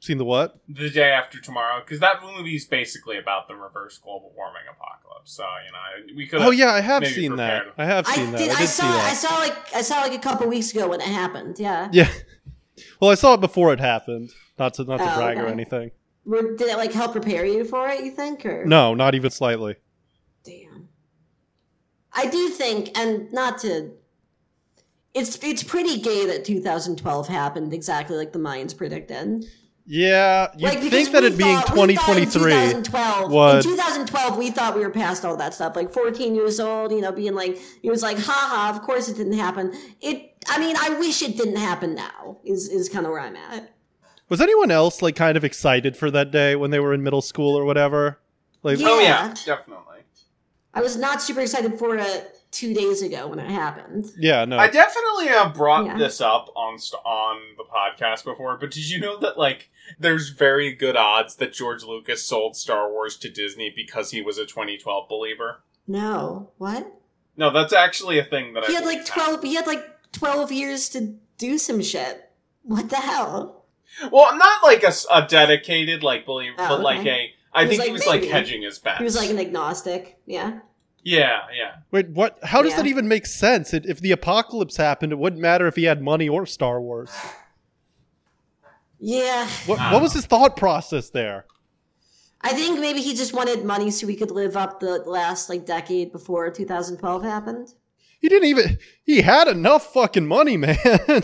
Seen the what? The Day After Tomorrow, because that movie's basically about the reverse global warming apocalypse. So you know, I- we could. Oh yeah, I have maybe seen that. prepared. I have I seen did. that. I, I did saw. see I that. saw like I saw like a couple weeks ago when it happened. Yeah. Yeah. Well, I saw it before it happened. Not to not to Oh, brag or okay. anything. Were- Did it like help prepare you for it? You think or No, not even slightly. Damn. I do think, and not to. It's it's pretty gay that 2012 happened exactly like the Mayans predicted. Yeah, you like, would because think that we it being thought- we thought in 2023? 2012 would- In 2012, we thought we were past all that stuff. Like 14 years old, you know, being like, it was like, haha, of course it didn't happen. It, I mean, I wish it didn't happen now, is, is kind of where I'm at. Was anyone else like kind of excited for that day when they were in middle school or whatever? Like, Yeah. Oh yeah, definitely. I was not super excited for it two days ago when it happened. yeah, no, I definitely uh, brought Yeah. this up on st- on the podcast before, but did you know that like there's very good odds that George Lucas sold Star Wars to Disney because he was a 2012 believer? No. What? No, that's actually a thing that He I had like 12, he had like 12 years to do some shit. What the hell? Well, not like a, s- a dedicated like believer, Oh, but like a. I He was think he like, was like maybe. hedging his bets. He was like an agnostic. Yeah. yeah, yeah. wait, what? How does Yeah. that even make sense? It, if the apocalypse happened, it wouldn't matter if he had money or Star Wars. Yeah. What, Ah. what was his thought process there? I think maybe he just wanted money so he could live up the last like decade before 2012 happened. He didn't even. He had enough fucking money, man.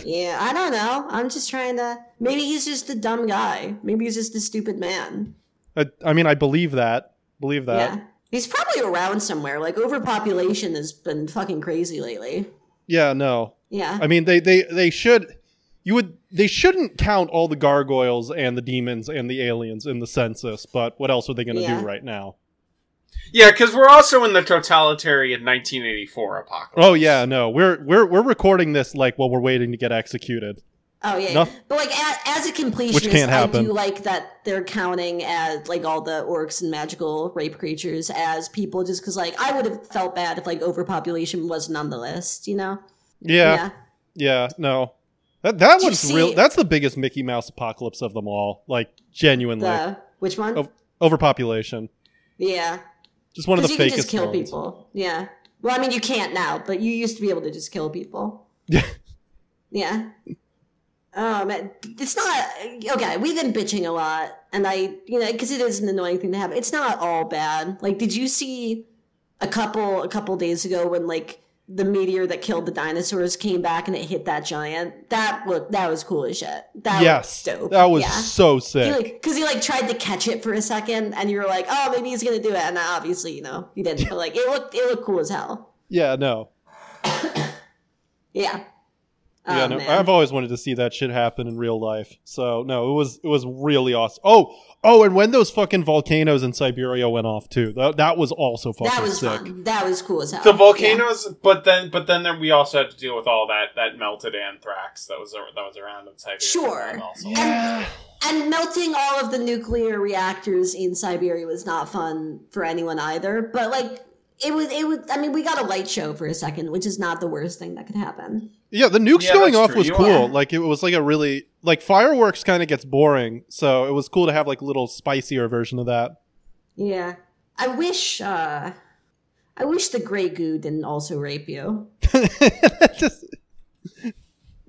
Yeah, I don't know. I'm just trying to. Maybe he's just a dumb guy. Maybe he's just a stupid man. I, I mean, I believe that. Believe that. Yeah. He's probably around somewhere. Like overpopulation has been fucking crazy lately. Yeah, no. Yeah. I mean, they they they should. You would. They shouldn't count all the gargoyles and the demons and the aliens in the census. But what else are they going to Yeah. do right now? Yeah, because we're also in the totalitarian 1984 apocalypse. Oh yeah, no. We're we're we're recording this like while we're waiting to get executed. Oh yeah, Noth- but like as, as a completionist, Which can't I happen. do like that they're counting as like all the orcs and magical rape creatures as people, just because like I would have felt bad if like overpopulation wasn't on the list, you know? Yeah, yeah, no. That that Did you one's see- real. That's the biggest Mickey Mouse apocalypse of them all. Like genuinely The which one? Oh. overpopulation. Yeah, Just one of the you fakest can just kill ones. people. Yeah. Well, I mean, you can't now, but you used to be able to just kill people. Yeah. Yeah. Um, it's not okay. We've been bitching a lot, and I, you know, because it is an annoying thing to happen. It's not all bad. Like, did you see a couple a couple days ago when like the meteor that killed the dinosaurs came back and it hit that giant? That look that was cool as shit. That yes, was dope. that was Yeah. so He sick. like because he like tried to catch it for a second, and you were like, "Oh, maybe he's gonna do it," and obviously, you know, he didn't. But like, it looked it looked cool as hell. yeah, no. Yeah. yeah, Oh, no, man. I've always wanted to see that shit happen in real life. So no, it was it was really awesome. Oh, oh, and when those fucking volcanoes in Siberia went off too, that, that was also fucking that was sick. fun. That was cool as hell. The volcanoes, but then, but then there, we also had to deal with all that that melted anthrax that was ar- that was around in Siberia. Sure. and also- Yeah, Yeah. And melting all of the nuclear reactors in Siberia was not fun for anyone either. But like, it was it was. I mean, we got a light show for a second, which is not the worst thing that could happen. yeah, the nukes Yeah, going that's off true. was You cool. are- Like it was like a really like fireworks kind of gets boring, so it was cool to have like a little spicier version of that. Yeah. I wish. uh I wish the gray goo didn't also rape you. Just-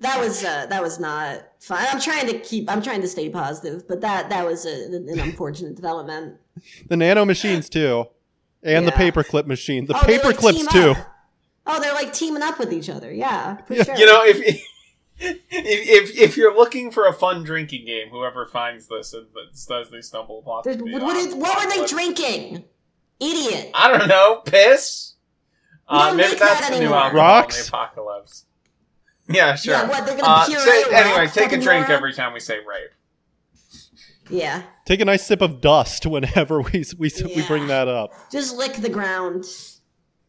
that was uh, that was not fun. I'm trying to keep. I'm trying to stay positive, but that that was a, an unfortunate development. The nano machines too, and the Yeah. paperclip machine. The Oh, they, paper like, paperclips team too. up. Oh, they're like teaming up with each other. Yeah, for sure. You know, if, if if if you're looking for a fun drinking game, whoever finds this and says they stumble upon There's- the what, what is- what were they drinking? Idiot. I don't know, piss. We Uh, don't maybe make that's that the new anymore. alcohol in Rocks? the apocalypse. Yeah, sure. Yeah, what, they're gonna Uh, puree say- rock anyway, take a fucking drink rock? every time we say rape. Yeah, Take a nice sip of dust whenever we we, we bring Yeah. that up. just lick the ground.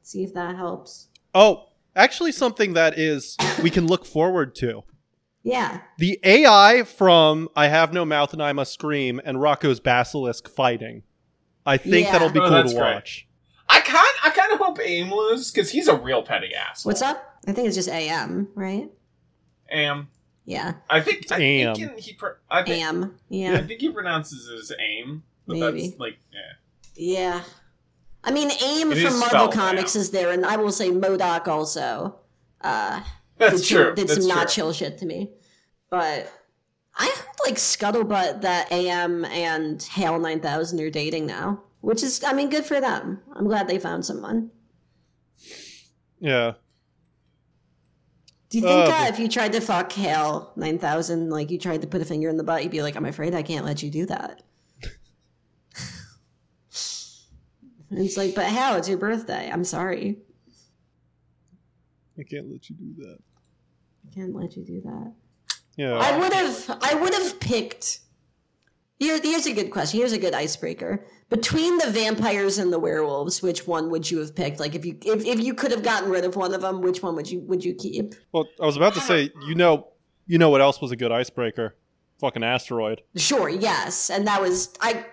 See if that helps. Oh, actually, something that is we can look forward to. Yeah. The AI from I Have No Mouth and I Must Scream and Rocco's Basilisk fighting. I think Yeah. that'll be Oh, cool that's to great. watch. I kind I kind of hope Aim loses because he's a real petty ass. What's up? I think it's just AM, right? Am? Yeah. I think I think Am. in- he pro- I think AM. I Yeah. think he pronounces it as aim. But Maybe. that's like yeah. Yeah. I mean, AIM from It is Marvel spelled Comics AM. is there, and I will say Modoc also. Uh, That's did true. Some, did that's some true. not chill shit to me. But I heard like scuttlebutt that AM and Hail Nine Thousand are dating now, which is I mean good for them. I'm glad they found someone. Yeah. Do you think Oh, uh, boy. if you tried to fuck Hail Nine Thousand, like you tried to put a finger in the butt, you'd be like, "I'm afraid I can't let you do that." And it's like, but how? It's your birthday. I'm sorry, I can't let you do that. I can't let you do that. Yeah. I would have. I would have picked. Here, here's a good question. Here's a good icebreaker. Between the vampires and the werewolves, which one would you have picked? Like, if you if, if you could have gotten rid of one of them, which one would you would you keep? well, I was about to say, you know, you know what else was a good icebreaker? Fucking asteroid. Sure, yes, and that was I.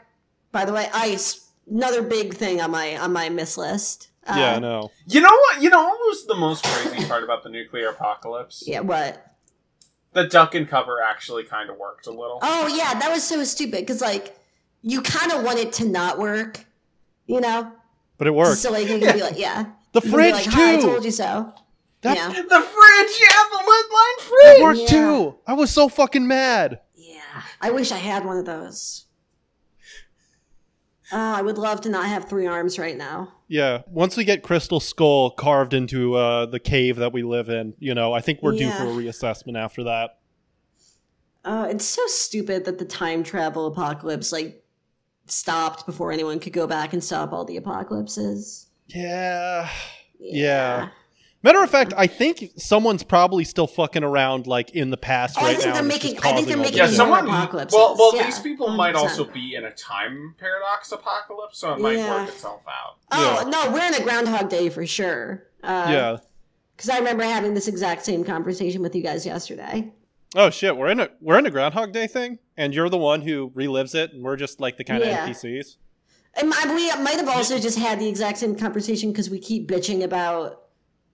By the way, ice another big thing on my on my miss list. Uh, yeah, I know. You know what? You know what was the most crazy part about the nuclear apocalypse? Yeah. What? The duck and cover actually kind of worked a little. Oh yeah, that was so stupid because like you kind of want it to not work, you know? But it worked. So like you can be like, yeah, you the can be fridge like, too. "Hi, I told you so. That- yeah. The fridge, yeah, the lead line It fridge. worked Yeah. too. I was so fucking mad. Yeah, I wish I had one of those. Oh, I would love to not have three arms right now. Yeah. Once we get Crystal Skull carved into uh, the cave that we live in, you know, I think we're due Yeah. for a reassessment after that. Oh, it's so stupid that the time travel apocalypse like stopped before anyone could go back and stop all the apocalypses. Yeah. Yeah. Matter of fact, I think someone's probably still fucking around like in the past Oh, I right think now. they're and it's making- just I think causing they're all making Yeah, this more shit. someone. apocalypses, Well, well, yeah, these people might also 100%. be in a time paradox apocalypse, so it might Yeah. work itself out. Oh Yeah. no, we're in a Groundhog Day for sure. Uh, Yeah. Because I remember having this exact same conversation with you guys yesterday. Oh shit, we're in a we're in a Groundhog Day thing, and you're the one who relives it, and we're just like the kind of Yeah. NPCs. And I, we might have also just had the exact same conversation because we keep bitching about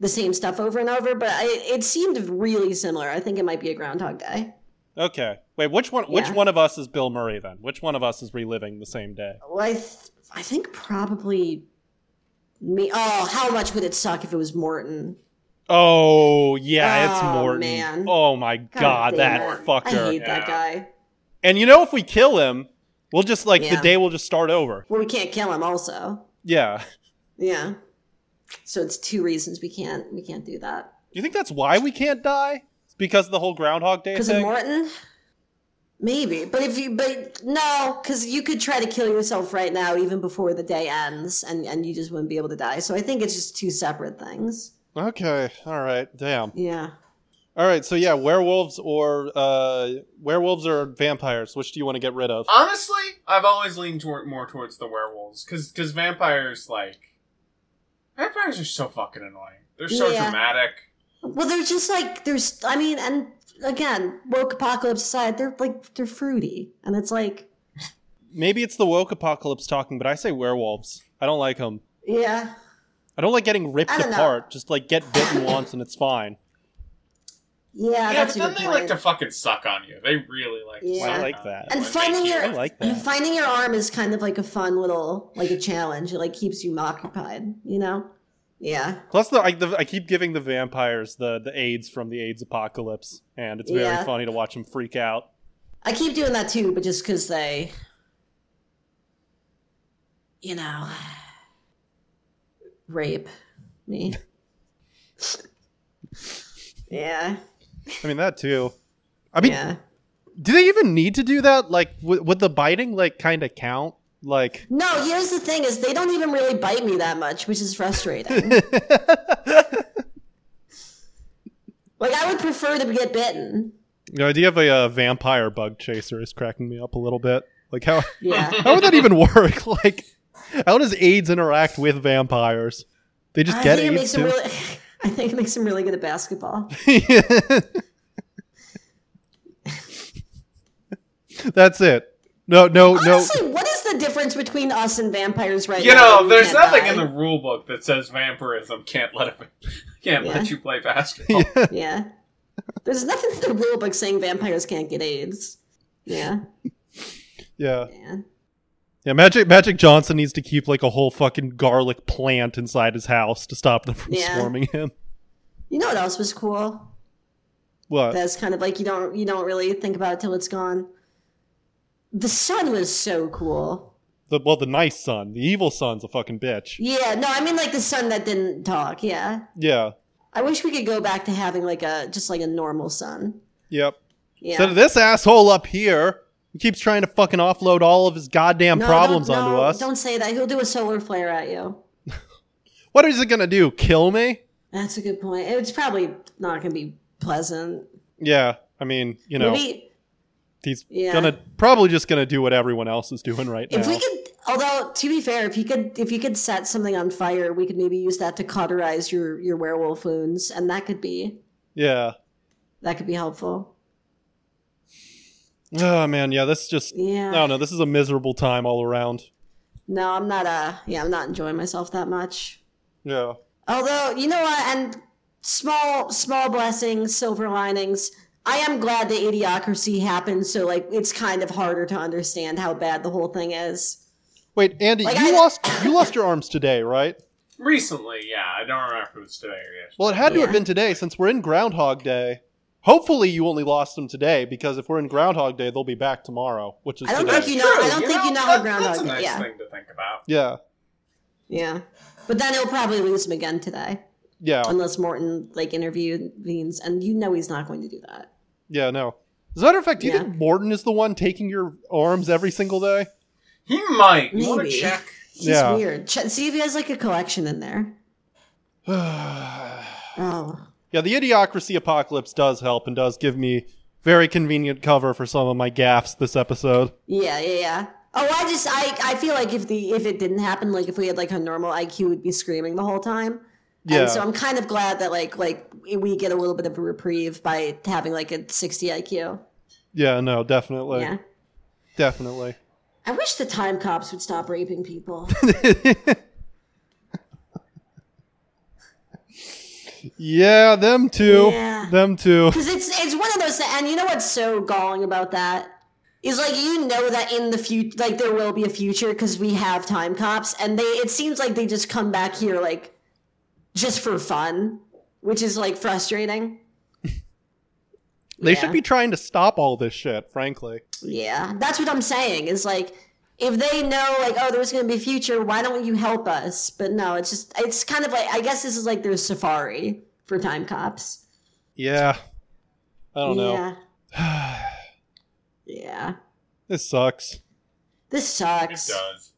the same stuff over and over, but I, it seemed really similar. I think it might be a Groundhog Day. Okay, wait, which one? Which Yeah. one of us is Bill Murray then? Which one of us is reliving the same day? Well, I, th- I think probably me. Oh, how much would it suck if it was Morton? Oh yeah, it's Oh, Morton. man. Oh my god, damn it. that I fucker. hate that Yeah. guy. And you know, if we kill him, we'll just like Yeah. the day will just start over. Well, we can't kill him. Also, Yeah. yeah. So it's two reasons we can't we can't do that Do you think that's why we can't die? It's because of the whole Groundhog Day because of thing. Morton. Maybe, but if you but no, because you could try to kill yourself right now, even before the day ends, and and you just wouldn't be able to die. So I think it's just two separate things. okay, all right, damn. Yeah. All right, so yeah, werewolves or uh, werewolves or vampires. Which do you want to get rid of? Honestly, I've always leaned toward, more towards the werewolves because vampires like vampires are so fucking annoying. They're so Yeah. dramatic. Well, they're just like there's. I mean, and again, woke apocalypse aside, they're like they're fruity, and it's like, Maybe it's the woke apocalypse talking, but I say werewolves. I don't like them. yeah, I don't like getting ripped I don't know. apart. Just like get bitten once and it's fine. yeah. yeah, that's but a then good they point. like to fucking suck on you. They really like. Yeah. To suck I like on that. you and when finding they your I like that. finding your arm is kind of like a fun little like a challenge. It like keeps you occupied, you know. Yeah. Plus, the I, the I keep giving the vampires the the AIDS from the AIDS apocalypse, and it's very Yeah. funny to watch them freak out. I keep doing that too, but just because they, you know, rape me. yeah. I mean that too. I mean, yeah. do they even need to do that? Like, w- would the biting like kind of count? Like, No, here's the thing: is they don't even really bite me that much, which is frustrating. like I would prefer to get bitten. the idea of a uh, vampire bug chaser is cracking me up a little bit. Like, how Yeah. how would that even work? Like, how does AIDS interact with vampires? They just I get think it AIDS makes them too. really. I think it makes them really good at basketball. That's it. No, no, no. Honestly, what is the difference between us and vampires right You now? know, there's nothing in the rule book that says vampirism can't let a, can't Yeah. let you play basketball. the yeah. There's nothing in the rule book saying vampires can't get AIDS. Yeah, Yeah, yeah. yeah. Magic Magic Johnson needs to keep like a whole fucking garlic plant inside his house to stop them from Yeah. swarming him. You know what else was cool? What? That's kind of like you don't you don't really think about it till it's gone. The sun was so cool. The, well, the nice son, the evil son's a fucking bitch. Yeah, no, I mean like the sun that didn't talk. Yeah, Yeah. I wish we could go back to having like a just like a normal sun. Yep. Yeah. So this asshole up here who keeps trying to fucking offload all of his goddamn No, problems don't- onto no, us. Don't say that. He'll do a solar flare at you. What is it gonna do? Kill me? That's a good point. It's probably not going to be pleasant. Yeah. I mean, you know, Maybe he's Yeah. gonna probably just gonna do what everyone else is doing right if now. we could. Although to be fair, if you could, if you could set something on fire, we could maybe use that to cauterize your your werewolf wounds, and that could be yeah. that could be helpful. Oh man, yeah. This is just. Yeah. I don't know. This is a miserable time all around. No, I'm not. Uh, yeah, I'm not enjoying myself that much. Yeah. Although you know what, and small small blessings, silver linings. I am glad the idiocracy happened, so like it's kind of harder to understand how bad the whole thing is. Wait, Andy, Like, you I- lost you lost your arms today, right? Recently, yeah, I don't remember if it was today or yesterday. Well, it had to have Yeah. been today since we're in Groundhog Day. Hopefully, you only lost them today because if we're in Groundhog Day, they'll be back tomorrow, which is I don't today. think you know- I don't think you know how that- Groundhog That's a Day- nice yeah. thing to think about. yeah, Yeah, but then he'll probably lose him again today. yeah, unless Morton like intervenes, and you know he's not going to do that. yeah. No. As a matter of fact, do you Yeah. think Morton is the one taking your arms every single day? He might. You want to Maybe. check? He's Yeah. weird. Ch- see if he has like a collection in there. yeah, Oh, the Idiocracy Apocalypse does help and does give me very convenient cover for some of my gaffes this episode. yeah, yeah, yeah. Oh, I just I I feel like if the if it didn't happen, like if we had like a normal IQ, we'd be screaming the whole time. Yeah. And so I'm kind of glad that like like we get a little bit of a reprieve by having like a 60 IQ. Yeah, no, definitely, yeah. definitely. I wish the time cops would stop raping people. yeah, them too. Yeah. Them too. Because it's it's one of those, and you know what's so galling about that is like you know that in the future, like there will be a future because we have time cops, and they it seems like they just come back here like just for fun, which is like frustrating. They Yeah. should be trying to stop all this shit, frankly. Yeah, that's what I'm saying. Is like if they know like oh there's gonna be a future, why don't you help us? But no, it's just it's kind of like I guess this is like their safari for time cops. Yeah. I don't know. Yeah, yeah. This sucks. This It sucks. does.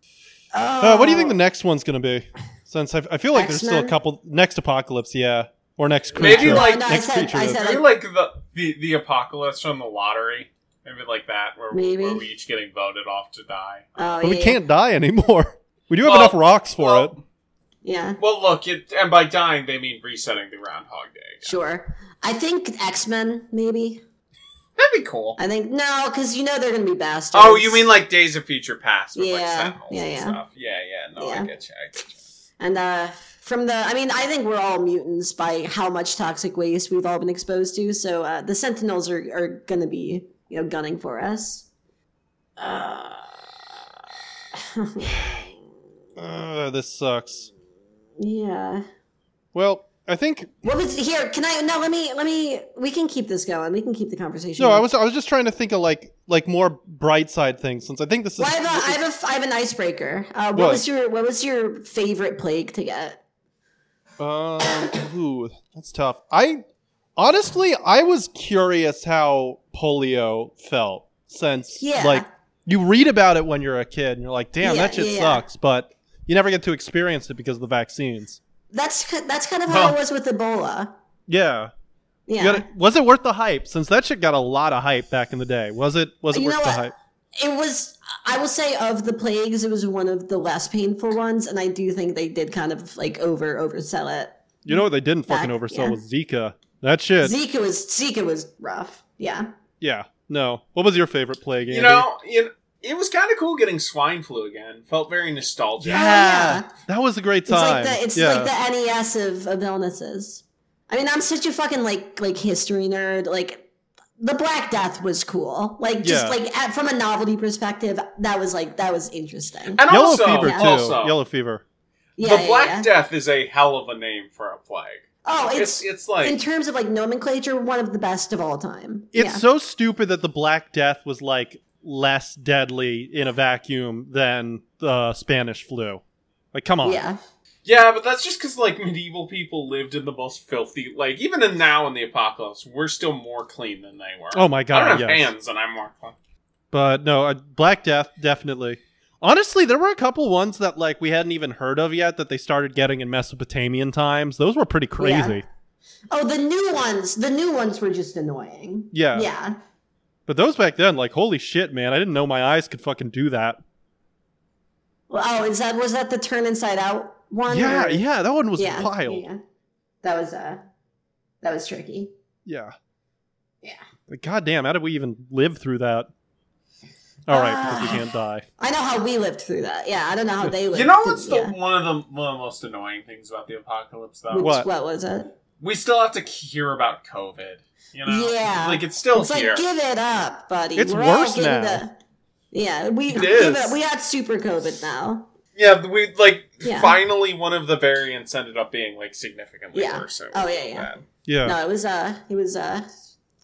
Uh, what do you Oh. think the next one's going to be? Since I, I feel like there's still a X-Men? couple. Next apocalypse, yeah. Or next Maybe creature. like- no, no, I next said, creature I is- said, Maybe like, like the, the the apocalypse from the lottery, maybe like that, where we Maybe. where we each getting voted off to die. oh, but we yeah, can't die anymore. We do have Well, enough rocks for well, it. Yeah, Well, look, it, and by dying they mean resetting the Groundhog Day. sure. I think X Men, maybe. That'd be cool. I think no, because you know they're gonna be bastards. Oh, you mean like Days of Future Past with like Yeah, Sentinels yeah, and yeah. stuff? Yeah, yeah. No, I Yeah. get you. I get you. and uh, from the, I mean, I think we're all mutants by how much toxic waste we've all been exposed to. So uh, the Sentinels are are gonna be you know gunning for us. Uh, Uh, this sucks. yeah. Well, I think What was here? Can I? No, let me. Let me. We can keep this going. We can keep the conversation. no. I going. was I was just trying to think of like like more bright side things since I think this is Well, I have, a, I, have a f I have an icebreaker. Uh, what, What? was your What was your favorite plague to get? Um, ooh, that's tough. I honestly, I was curious how polio felt since, Yeah. like, you read about it when you're a kid, and you're like, "Damn, Yeah, that shit yeah, yeah. sucks," but you never get to experience it because of the vaccines. That's ki- that's kind of how Huh. it was with Ebola. Yeah, Yeah, You gotta- was it worth the hype? Since that shit got a lot of hype back in the day, was it? Was it You know worth the what? hype? it was. I will say of the plagues, it was one of the less painful ones, and I do think they did kind of like over oversell it. You know what they didn't fucking Back- oversell yeah. was Zika. That shit. Zika was Zika was rough. Yeah, yeah. No. What was your favorite plague? Andy? You know, you know, it was kind of cool getting swine flu again. Felt very nostalgic. Yeah. yeah. That was a great it's like time. the it's yeah. like the NES of, of illnesses. I mean, I'm such a fucking like like history nerd. Like the Black Death was cool. Like just Yeah. like at, from a novelty perspective, that was like that was interesting. And Yellow also, fever too. also, Yellow fever. Yeah, the yeah, Black yeah. Death is a hell of a name for a plague. Oh, It's it's, it's, like in terms of like nomenclature, one of the best of all time. It's yeah. so stupid that the Black Death was like less deadly in a vacuum than the Spanish flu. Like, come on. yeah, yeah, but that's just because like medieval people lived in the most filthy. Like even in now in the apocalypse, we're still more clean than they were. Oh my I god, don't yes. have hands, and I'm more clean. But no, uh, Black Death definitely. Honestly, there were a couple ones that like we hadn't even heard of yet that they started getting in Mesopotamian times. Those were pretty crazy. Oh, the new ones, the new ones were just annoying. Yeah. yeah. But those back then, like, holy shit, man! I didn't know my eyes could fucking do that. Well, oh, is that was that the turn inside out one? Yeah, or- yeah, that one was yeah, wild. yeah. That was uh, that was tricky. Yeah. Yeah. Like, goddamn, how did we even live through that? All right, because we Ah. can't die. I know how we lived through that. Yeah, I don't know how they lived. You know through- what's the yeah. one of the one of the most annoying things about the apocalypse though? Which- What? what? was it? We still have to hear about COVID. You know, Yeah. like it's still It's like here. give it up, buddy. It's all worse getting now. the- yeah, we It give is. it, we had super COVID now. Yeah, we like Yeah. finally one of the variants ended up being like significantly Yeah. worse. so it Oh, was yeah, so yeah. bad. Yeah. No, it was uh, it was uh,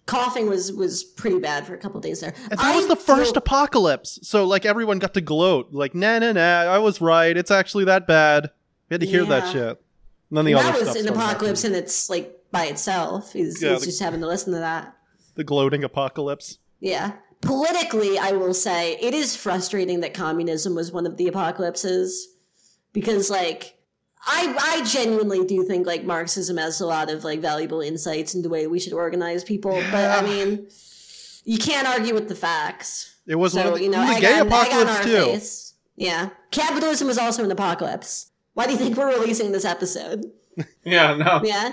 coughing was was pretty bad for a couple days there. And that was I the first feel- apocalypse. So like everyone got to gloat, like nah nah nah, I was right. It's actually that bad. We had to hear that Yeah. shit. And then the that other was stuff an started apocalypse, happening. and it's like by itself. Is Yeah, is the- just having to listen to that. The gloating apocalypse. Yeah. Politically, I will say it is frustrating that communism was one of the apocalypses because, like, I I genuinely do think like Marxism has a lot of like valuable insights into the way we should organize people, but I mean, you can't argue with the facts. It was one so of the, you know, it was a egg gay on- egg on apocalypse our too. face. Yeah, capitalism was also an apocalypse. Why do you think we're releasing this episode? Yeah, Uh. no. Yeah,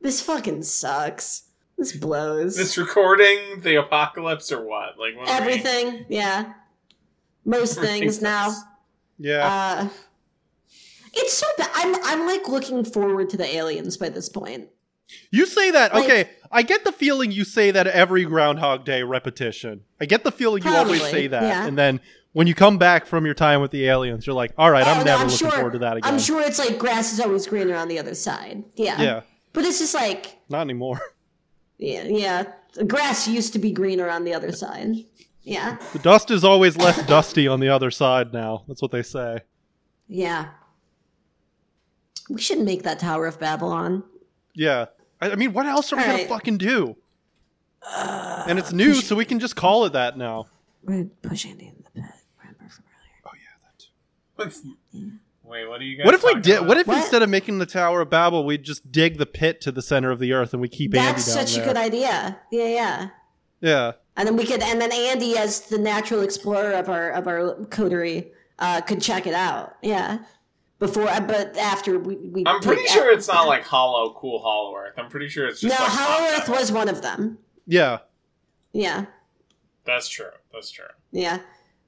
this fucking sucks. This blows. This recording, the apocalypse, or what? Like what are we- Everything, yeah. Most Everything things now. sucks. Uh, Yeah. it's so bad. I'm I'm like looking forward to the aliens by this point. you say that like- okay. I get the feeling you say that every Groundhog Day repetition. I get the feeling you always Probably, say that. yeah. And then when you come back from your time with the aliens, you're like, all right, I'm Oh, no, never looking forward to that again. I'm sure it's like grass is always greener on the other side. Yeah. Yeah. But it's just like Not anymore. yeah, yeah. Grass used to be greener on the other side. Yeah. The dust is always less dusty on the other side now. That's what they say. Yeah. We should make that Tower of Babylon. Yeah. I, I mean, what else are we going Alright. to fucking do? and it's new, so we can just call it that now. We're gonna push Andy in the bed. Remember from earlier. What's- Wait, what are you guys? What if we talking did? about? What if What? instead of making the Tower of Babel, we just dig the pit to the center of the earth and we keep That's Andy down such there? a good idea. Yeah, yeah. yeah. And then we could, and then Andy, as the natural explorer of our of our coterie, uh, could check it out. Yeah, before, uh, but after we, we I'm pretty take- sure it's not like hollow, cool hollow Earth. I'm pretty sure it's no, just like Hollow pop- Earth was one of them. Yeah. Yeah, That's true. That's true. yeah.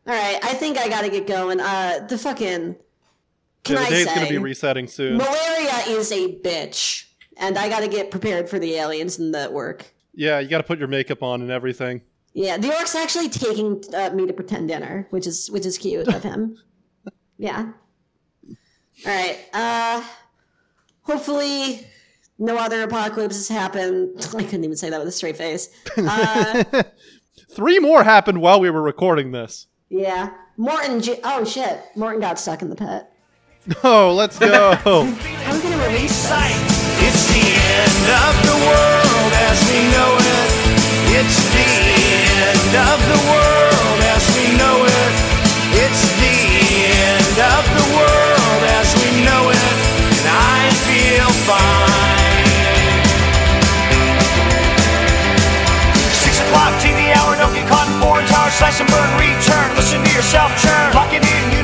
All right, I think I gotta get going. Uh, the fucking can yeah the I day's say going to be resetting soon. malaria is a bitch, and I gotta get prepared for the aliens and the work. Yeah, you got to put your makeup on and everything. Yeah, the orc's actually taking uh, me to pretend dinner, which is which is cute of him. yeah. All right. Uh, hopefully no other apocalypses happen. I couldn't even say that with a straight face. Uh, Three more happened while we were recording this. yeah, Morton. J- oh shit, Morton got stuck in the pit. Oh, let's go. I'm gonna release this. It's the end of the world as we know it. It's the end of the world as we know it. It's the end of the world as we know it. And I feel fine. Six o'clock TV hour, no get caught in foreign tower, slice and burn, return. Listen to yourself churn, lock it in, you